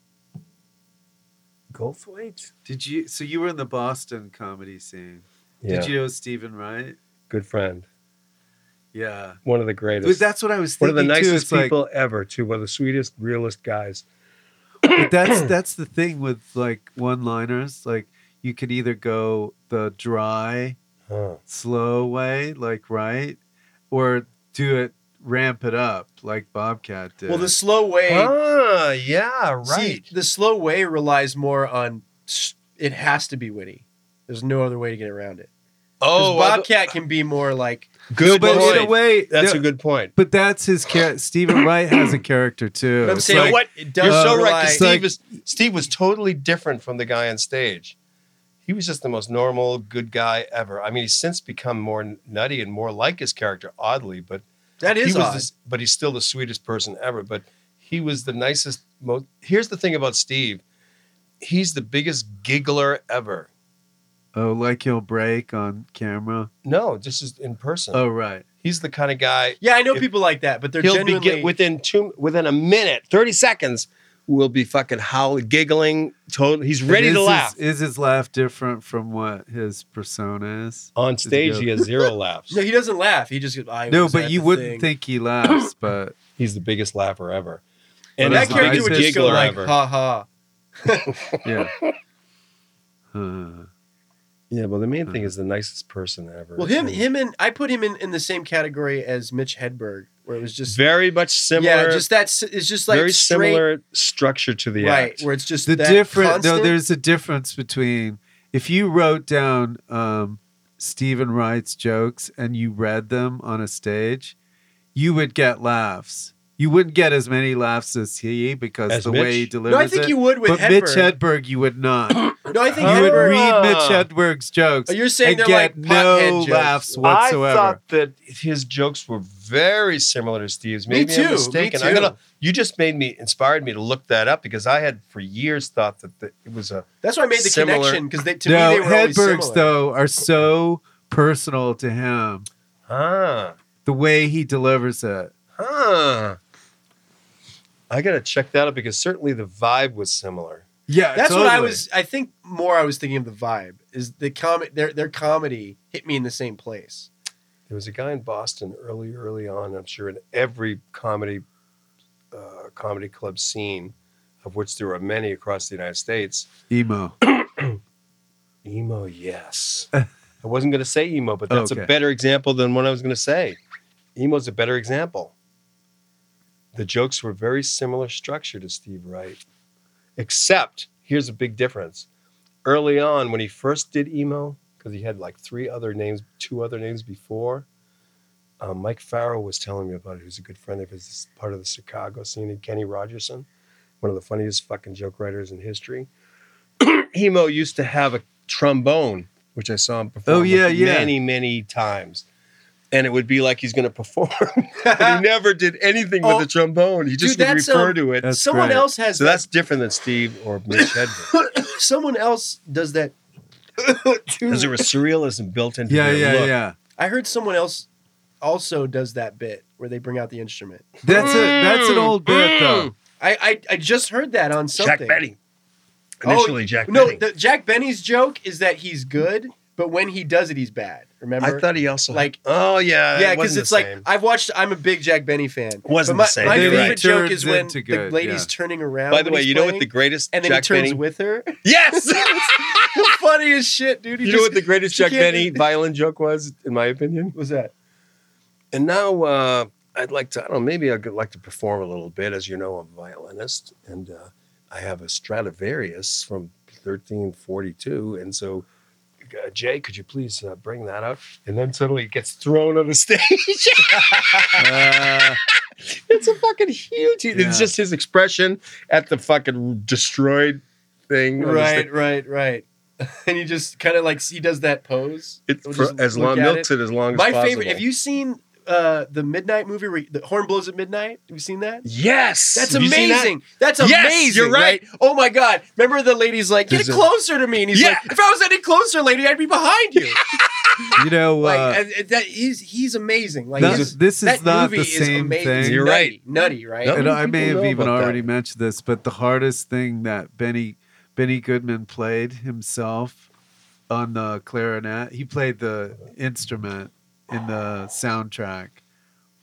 Speaker 4: Goldthwait.
Speaker 6: Did you? So you were in the Boston comedy scene.
Speaker 4: Yeah,
Speaker 6: Did you know Stephen Wright?
Speaker 4: good friend.
Speaker 6: Yeah,
Speaker 4: One of the greatest.
Speaker 6: but that's what I was
Speaker 4: one
Speaker 6: thinking
Speaker 4: of the
Speaker 6: too.
Speaker 4: nicest
Speaker 6: It's like-
Speaker 4: people ever. Too one of the sweetest, realest guys.
Speaker 6: but that's that's the thing with like one liners like you could either go the dry
Speaker 4: Huh.
Speaker 6: slow way like right or do it ramp it up like bobcat did
Speaker 5: Well, the slow way.
Speaker 4: Ah, yeah, right.
Speaker 5: See, the slow way relies more on s- it has to be witty. There's no other way to get around it. 'Cause
Speaker 4: well,
Speaker 5: Bobcat can be more like
Speaker 4: good
Speaker 6: but
Speaker 4: point.
Speaker 6: in a way
Speaker 4: that's
Speaker 6: no,
Speaker 4: a good point.
Speaker 6: but that's his character stephen wright has a character too
Speaker 5: But I'm
Speaker 6: It's
Speaker 5: saying-
Speaker 6: like-
Speaker 5: what? It does
Speaker 4: You're so
Speaker 5: rely-
Speaker 4: right. 'cause
Speaker 6: It's
Speaker 4: Steve
Speaker 6: like-
Speaker 4: is Steve was totally different from the guy on stage. He was just the most normal, good guy ever. I mean, he's since become more nutty and more like his character, oddly, but
Speaker 5: that is
Speaker 4: he was
Speaker 5: odd.
Speaker 4: this- but he's still the sweetest person ever. But he was the nicest. Most. Here's the thing about Steve. He's the biggest giggler ever.
Speaker 6: oh like he'll break on camera
Speaker 4: No, this is in person.
Speaker 6: oh right
Speaker 4: He's the kind of guy
Speaker 5: yeah, I know
Speaker 4: if-
Speaker 5: people like that, but they're
Speaker 4: he'll be
Speaker 5: genuinely
Speaker 4: get, within two within a minute, thirty seconds. Will be fucking howling, giggling. Total, he's
Speaker 6: And
Speaker 4: ready
Speaker 6: is
Speaker 4: to laugh.
Speaker 6: his, is his laugh different from what his persona is
Speaker 4: On stage,
Speaker 6: go-
Speaker 4: he has zero laughs.
Speaker 5: no, he doesn't laugh. He just goes, I
Speaker 6: no
Speaker 5: was at
Speaker 6: but you
Speaker 5: the
Speaker 6: wouldn't
Speaker 5: thing."
Speaker 6: think he laughs but
Speaker 4: He's the biggest laugher ever.
Speaker 6: And
Speaker 4: And
Speaker 5: that
Speaker 6: his
Speaker 4: the
Speaker 5: character
Speaker 6: eyes
Speaker 4: biggest
Speaker 5: would
Speaker 6: is
Speaker 5: just go
Speaker 4: giggler
Speaker 5: like,
Speaker 4: ever.
Speaker 5: ha ha.
Speaker 6: yeah Huh.
Speaker 4: Yeah, well, the main thing is the nicest person ever.
Speaker 5: Well, him,
Speaker 4: And
Speaker 5: him, and I put him in in the same category as Mitch Hedberg, where it was just
Speaker 4: very much similar.
Speaker 5: yeah, just that's it's just like
Speaker 4: very
Speaker 5: straight,
Speaker 4: similar structure to the
Speaker 5: right,
Speaker 4: act.
Speaker 5: where it's just
Speaker 6: the
Speaker 5: that
Speaker 6: difference though
Speaker 5: constant-
Speaker 6: there's a difference between if you wrote down um, stephen wright's jokes and you read them on a stage you would get laughs you wouldn't get as many laughs as he because
Speaker 4: As
Speaker 6: the
Speaker 4: Mitch?
Speaker 6: way he delivers
Speaker 5: No, I think
Speaker 6: it.
Speaker 5: you would with
Speaker 6: but
Speaker 5: Hedberg.
Speaker 6: Mitch Hedberg, you would not. you
Speaker 5: no, I think
Speaker 6: would
Speaker 5: Hedberg.
Speaker 6: read Mitch
Speaker 4: Ah.
Speaker 6: Hedberg's jokes
Speaker 5: Oh, you're
Speaker 6: and
Speaker 5: saying they're
Speaker 6: get
Speaker 5: like pothead
Speaker 6: no
Speaker 5: jokes.
Speaker 6: laughs
Speaker 4: I
Speaker 6: whatsoever.
Speaker 4: thought that his jokes were very similar to Steve's.
Speaker 5: Me
Speaker 4: Maybe
Speaker 5: too, me
Speaker 4: I'm mistaken. I'm
Speaker 5: too.
Speaker 4: gonna. You just made me inspired me to look that up because I had for years thought that the, it was a.
Speaker 5: That's why I made the
Speaker 4: Similar.
Speaker 5: connection because to
Speaker 6: no,
Speaker 5: me they were always
Speaker 6: Hedberg's
Speaker 5: similar.
Speaker 6: though are so personal to him.
Speaker 4: Ah,
Speaker 6: The way he delivers it.
Speaker 4: huh. I gotta check that out because certainly the vibe was similar.
Speaker 6: Yeah,
Speaker 5: That's what I
Speaker 6: totally.
Speaker 5: was. I think more I was thinking of the vibe is the comic. Their their comedy hit me in the same place.
Speaker 4: There was a guy in Boston early, early on. I'm sure in every comedy uh, comedy club scene, of which there are many across the United States.
Speaker 6: emo.
Speaker 4: Emo, yes. I wasn't going to say emo, but that's
Speaker 6: Okay.
Speaker 4: a better example than what I was going to say. Emo's a better example. The jokes were very similar structure to Steve Wright, except here's a big difference. Early on, when he first did emo, because he had like three other names, two other names before, uh, Mike Farrell was telling me about it. Who's a good friend of his, is part of the Chicago scene, and Kenny Rogerson, one of the funniest fucking joke writers in history. emo used to have a trombone, which I saw him perform
Speaker 6: Oh, yeah,
Speaker 4: like,
Speaker 6: yeah.
Speaker 4: many, many times. And it would be like he's going to perform. but he never did anything
Speaker 5: Oh,
Speaker 4: with the trombone. He just
Speaker 5: dude,
Speaker 4: would
Speaker 5: that's,
Speaker 4: refer
Speaker 5: um,
Speaker 4: to it.
Speaker 6: That's
Speaker 5: someone
Speaker 6: great.
Speaker 5: else has
Speaker 4: So
Speaker 5: that-
Speaker 4: that's different than Steve or Mitch Hedberg.
Speaker 5: someone else does that.
Speaker 4: Because there was surrealism built into
Speaker 6: Yeah,
Speaker 4: their
Speaker 6: yeah,
Speaker 4: look.
Speaker 6: yeah.
Speaker 5: I heard someone else also does that bit where they bring out the instrument.
Speaker 6: That's a that's
Speaker 5: Mm.
Speaker 6: an old bit though.
Speaker 5: I I, I just heard that on something.
Speaker 4: Jack Benny. Initially, Jack
Speaker 5: No,
Speaker 4: Benny.
Speaker 5: the, Jack Benny's joke is that he's good, but when he does it, he's bad. Remember?
Speaker 4: I thought he also
Speaker 5: Like-
Speaker 4: Oh yeah,
Speaker 5: yeah,
Speaker 4: it
Speaker 5: because
Speaker 4: wasn't
Speaker 5: it's
Speaker 4: the
Speaker 5: like
Speaker 4: same.
Speaker 5: I've watched. I'm a big Jack Benny fan.
Speaker 4: Wasn't
Speaker 5: But my,
Speaker 4: the same.
Speaker 5: My
Speaker 4: They
Speaker 5: favorite
Speaker 6: return
Speaker 5: joke is
Speaker 6: it
Speaker 5: when
Speaker 6: to
Speaker 5: the
Speaker 6: good,
Speaker 5: lady's
Speaker 6: yeah.
Speaker 5: turning around.
Speaker 4: By the
Speaker 5: when
Speaker 4: way,
Speaker 5: he's
Speaker 4: you know what the
Speaker 5: playing,
Speaker 4: greatest
Speaker 5: and then
Speaker 4: Jack
Speaker 5: he turns
Speaker 4: Benny?
Speaker 5: with her.
Speaker 4: yes.
Speaker 5: the funniest shit, dude. He
Speaker 4: you know
Speaker 5: just-
Speaker 4: what the greatest
Speaker 5: she
Speaker 4: Jack
Speaker 5: can't-
Speaker 4: Benny violin joke was, in my opinion?
Speaker 5: was that?
Speaker 4: And now uh, I'd like to, I don't know, maybe I'd like to perform a little bit. As you know, I'm a violinist and uh, I have a Stradivarius from 1342. And so, uh, Jay, could you please uh, bring that out? And then suddenly it gets thrown on the stage.
Speaker 5: Mm.
Speaker 6: Uh,
Speaker 4: it's a fucking huge,
Speaker 6: Yeah.
Speaker 4: it's just his expression at the fucking destroyed thing. on the stage.
Speaker 5: Right, right, right. and he just kind of like he does that pose.
Speaker 4: It's
Speaker 5: We'll
Speaker 4: for-
Speaker 5: just
Speaker 4: as
Speaker 5: look
Speaker 4: long
Speaker 5: at
Speaker 4: milks it. as long as
Speaker 5: My
Speaker 4: possible.
Speaker 5: favorite. Have you seen uh, the Midnight movie? Where he- the horn blows at midnight. Have you seen that?
Speaker 4: Yes,
Speaker 5: That's
Speaker 4: Have you seen that?
Speaker 5: amazing. That's amazing.
Speaker 4: Yes, you're right.
Speaker 5: Oh my god! Remember the lady's like, get
Speaker 4: There's a-
Speaker 5: closer to me, and he's
Speaker 4: Yeah.
Speaker 5: like, if I was any closer, lady, I'd be behind you.
Speaker 6: you know,
Speaker 5: like,
Speaker 6: uh,
Speaker 5: and, and that he's he's amazing. Like
Speaker 6: That-
Speaker 5: he's-
Speaker 6: this is
Speaker 5: that
Speaker 6: not
Speaker 5: movie
Speaker 6: the same
Speaker 5: amazing.
Speaker 6: thing.
Speaker 4: You're
Speaker 5: nutty,
Speaker 4: right.
Speaker 5: nutty, right?
Speaker 4: Yep.
Speaker 6: and I may have
Speaker 4: people know
Speaker 6: even
Speaker 4: about that?
Speaker 6: already mentioned this, but the hardest thing that Benny Benny Goodman played himself on the clarinet, he played the instrument in the soundtrack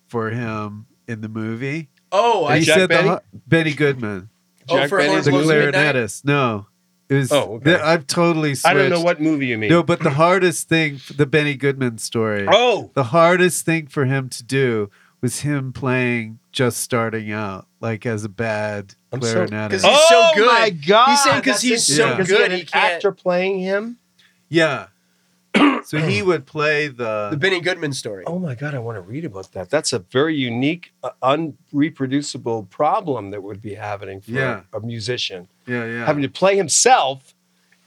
Speaker 6: for him in the movie.
Speaker 5: Oh,
Speaker 6: And
Speaker 5: I
Speaker 6: he
Speaker 4: Jack
Speaker 6: said
Speaker 4: Benny?
Speaker 6: The, har- Benny Goodman,
Speaker 5: oh,
Speaker 4: Jack
Speaker 5: for
Speaker 4: Benny?
Speaker 5: horn
Speaker 6: the
Speaker 5: blows at midnight.
Speaker 6: clarinetist. No, it was.
Speaker 4: Oh, okay.
Speaker 6: I've totally switched.
Speaker 4: I don't know what movie you mean.
Speaker 6: No, but the hardest thing, the Benny Goodman story.
Speaker 4: Oh,
Speaker 6: the hardest thing for him to do was him playing just starting out, like as a bad
Speaker 4: I'm so-
Speaker 6: clarinetist.
Speaker 5: 'cause he's so
Speaker 4: Oh
Speaker 5: good.
Speaker 4: my God,
Speaker 5: He's saying 'cause
Speaker 4: That's
Speaker 5: he's
Speaker 4: it.
Speaker 6: so
Speaker 4: Because
Speaker 5: good,
Speaker 4: He had an
Speaker 5: he can't-
Speaker 4: actor playing him.
Speaker 6: yeah. so he would play
Speaker 5: The
Speaker 6: the,
Speaker 5: Benny Goodman story.
Speaker 4: Oh my God, I want to read about that. That's a very unique, uh, unreproducible problem that would be happening for
Speaker 6: Yeah.
Speaker 4: a musician
Speaker 6: yeah yeah
Speaker 4: having to play himself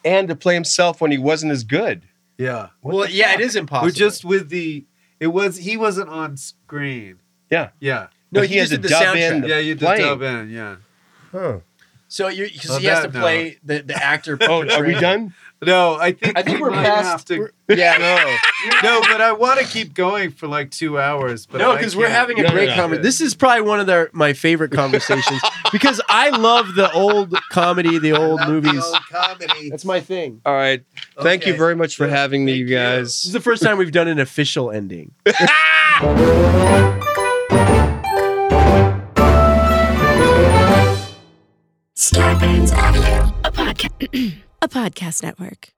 Speaker 4: and to play himself when he wasn't as good.
Speaker 6: yeah.
Speaker 4: What
Speaker 5: well,
Speaker 4: the
Speaker 5: yeah,
Speaker 4: fuck?
Speaker 5: it is impossible.
Speaker 6: Or just with the it was he wasn't on screen.
Speaker 4: Yeah.
Speaker 6: yeah
Speaker 5: no,
Speaker 4: But
Speaker 5: he,
Speaker 4: he
Speaker 5: just
Speaker 4: had
Speaker 5: did the
Speaker 4: to dub in
Speaker 5: soundtrack.
Speaker 4: The
Speaker 6: yeah. You did
Speaker 4: playing.
Speaker 6: dub in yeah.
Speaker 4: Huh.
Speaker 5: So you because
Speaker 6: On
Speaker 5: he has to
Speaker 6: that note.
Speaker 5: play the, the actor.
Speaker 4: Oh, are we
Speaker 5: portraying-
Speaker 4: done?
Speaker 6: No, I think
Speaker 5: I think
Speaker 6: we
Speaker 5: we're
Speaker 6: might
Speaker 5: past-
Speaker 6: have to-
Speaker 5: Yeah.
Speaker 4: No.
Speaker 6: no, but I want to keep going for like two hours. But
Speaker 5: no,
Speaker 6: I
Speaker 5: because we're
Speaker 6: can't.
Speaker 5: having a
Speaker 4: No, no,
Speaker 5: great
Speaker 4: no.
Speaker 5: conversation. This is probably one of the, my favorite conversations because I love the old comedy, the old
Speaker 6: Love the
Speaker 5: movies.
Speaker 6: old comedy.
Speaker 5: That's my thing.
Speaker 4: All right. Thank you
Speaker 6: Okay.
Speaker 4: very much for
Speaker 6: Yeah,
Speaker 4: having me,
Speaker 6: thank
Speaker 4: you
Speaker 6: you.
Speaker 4: guys.
Speaker 5: This is the first time we've done an official ending.
Speaker 1: Starbane's Avenue, a podcast, a podcast network.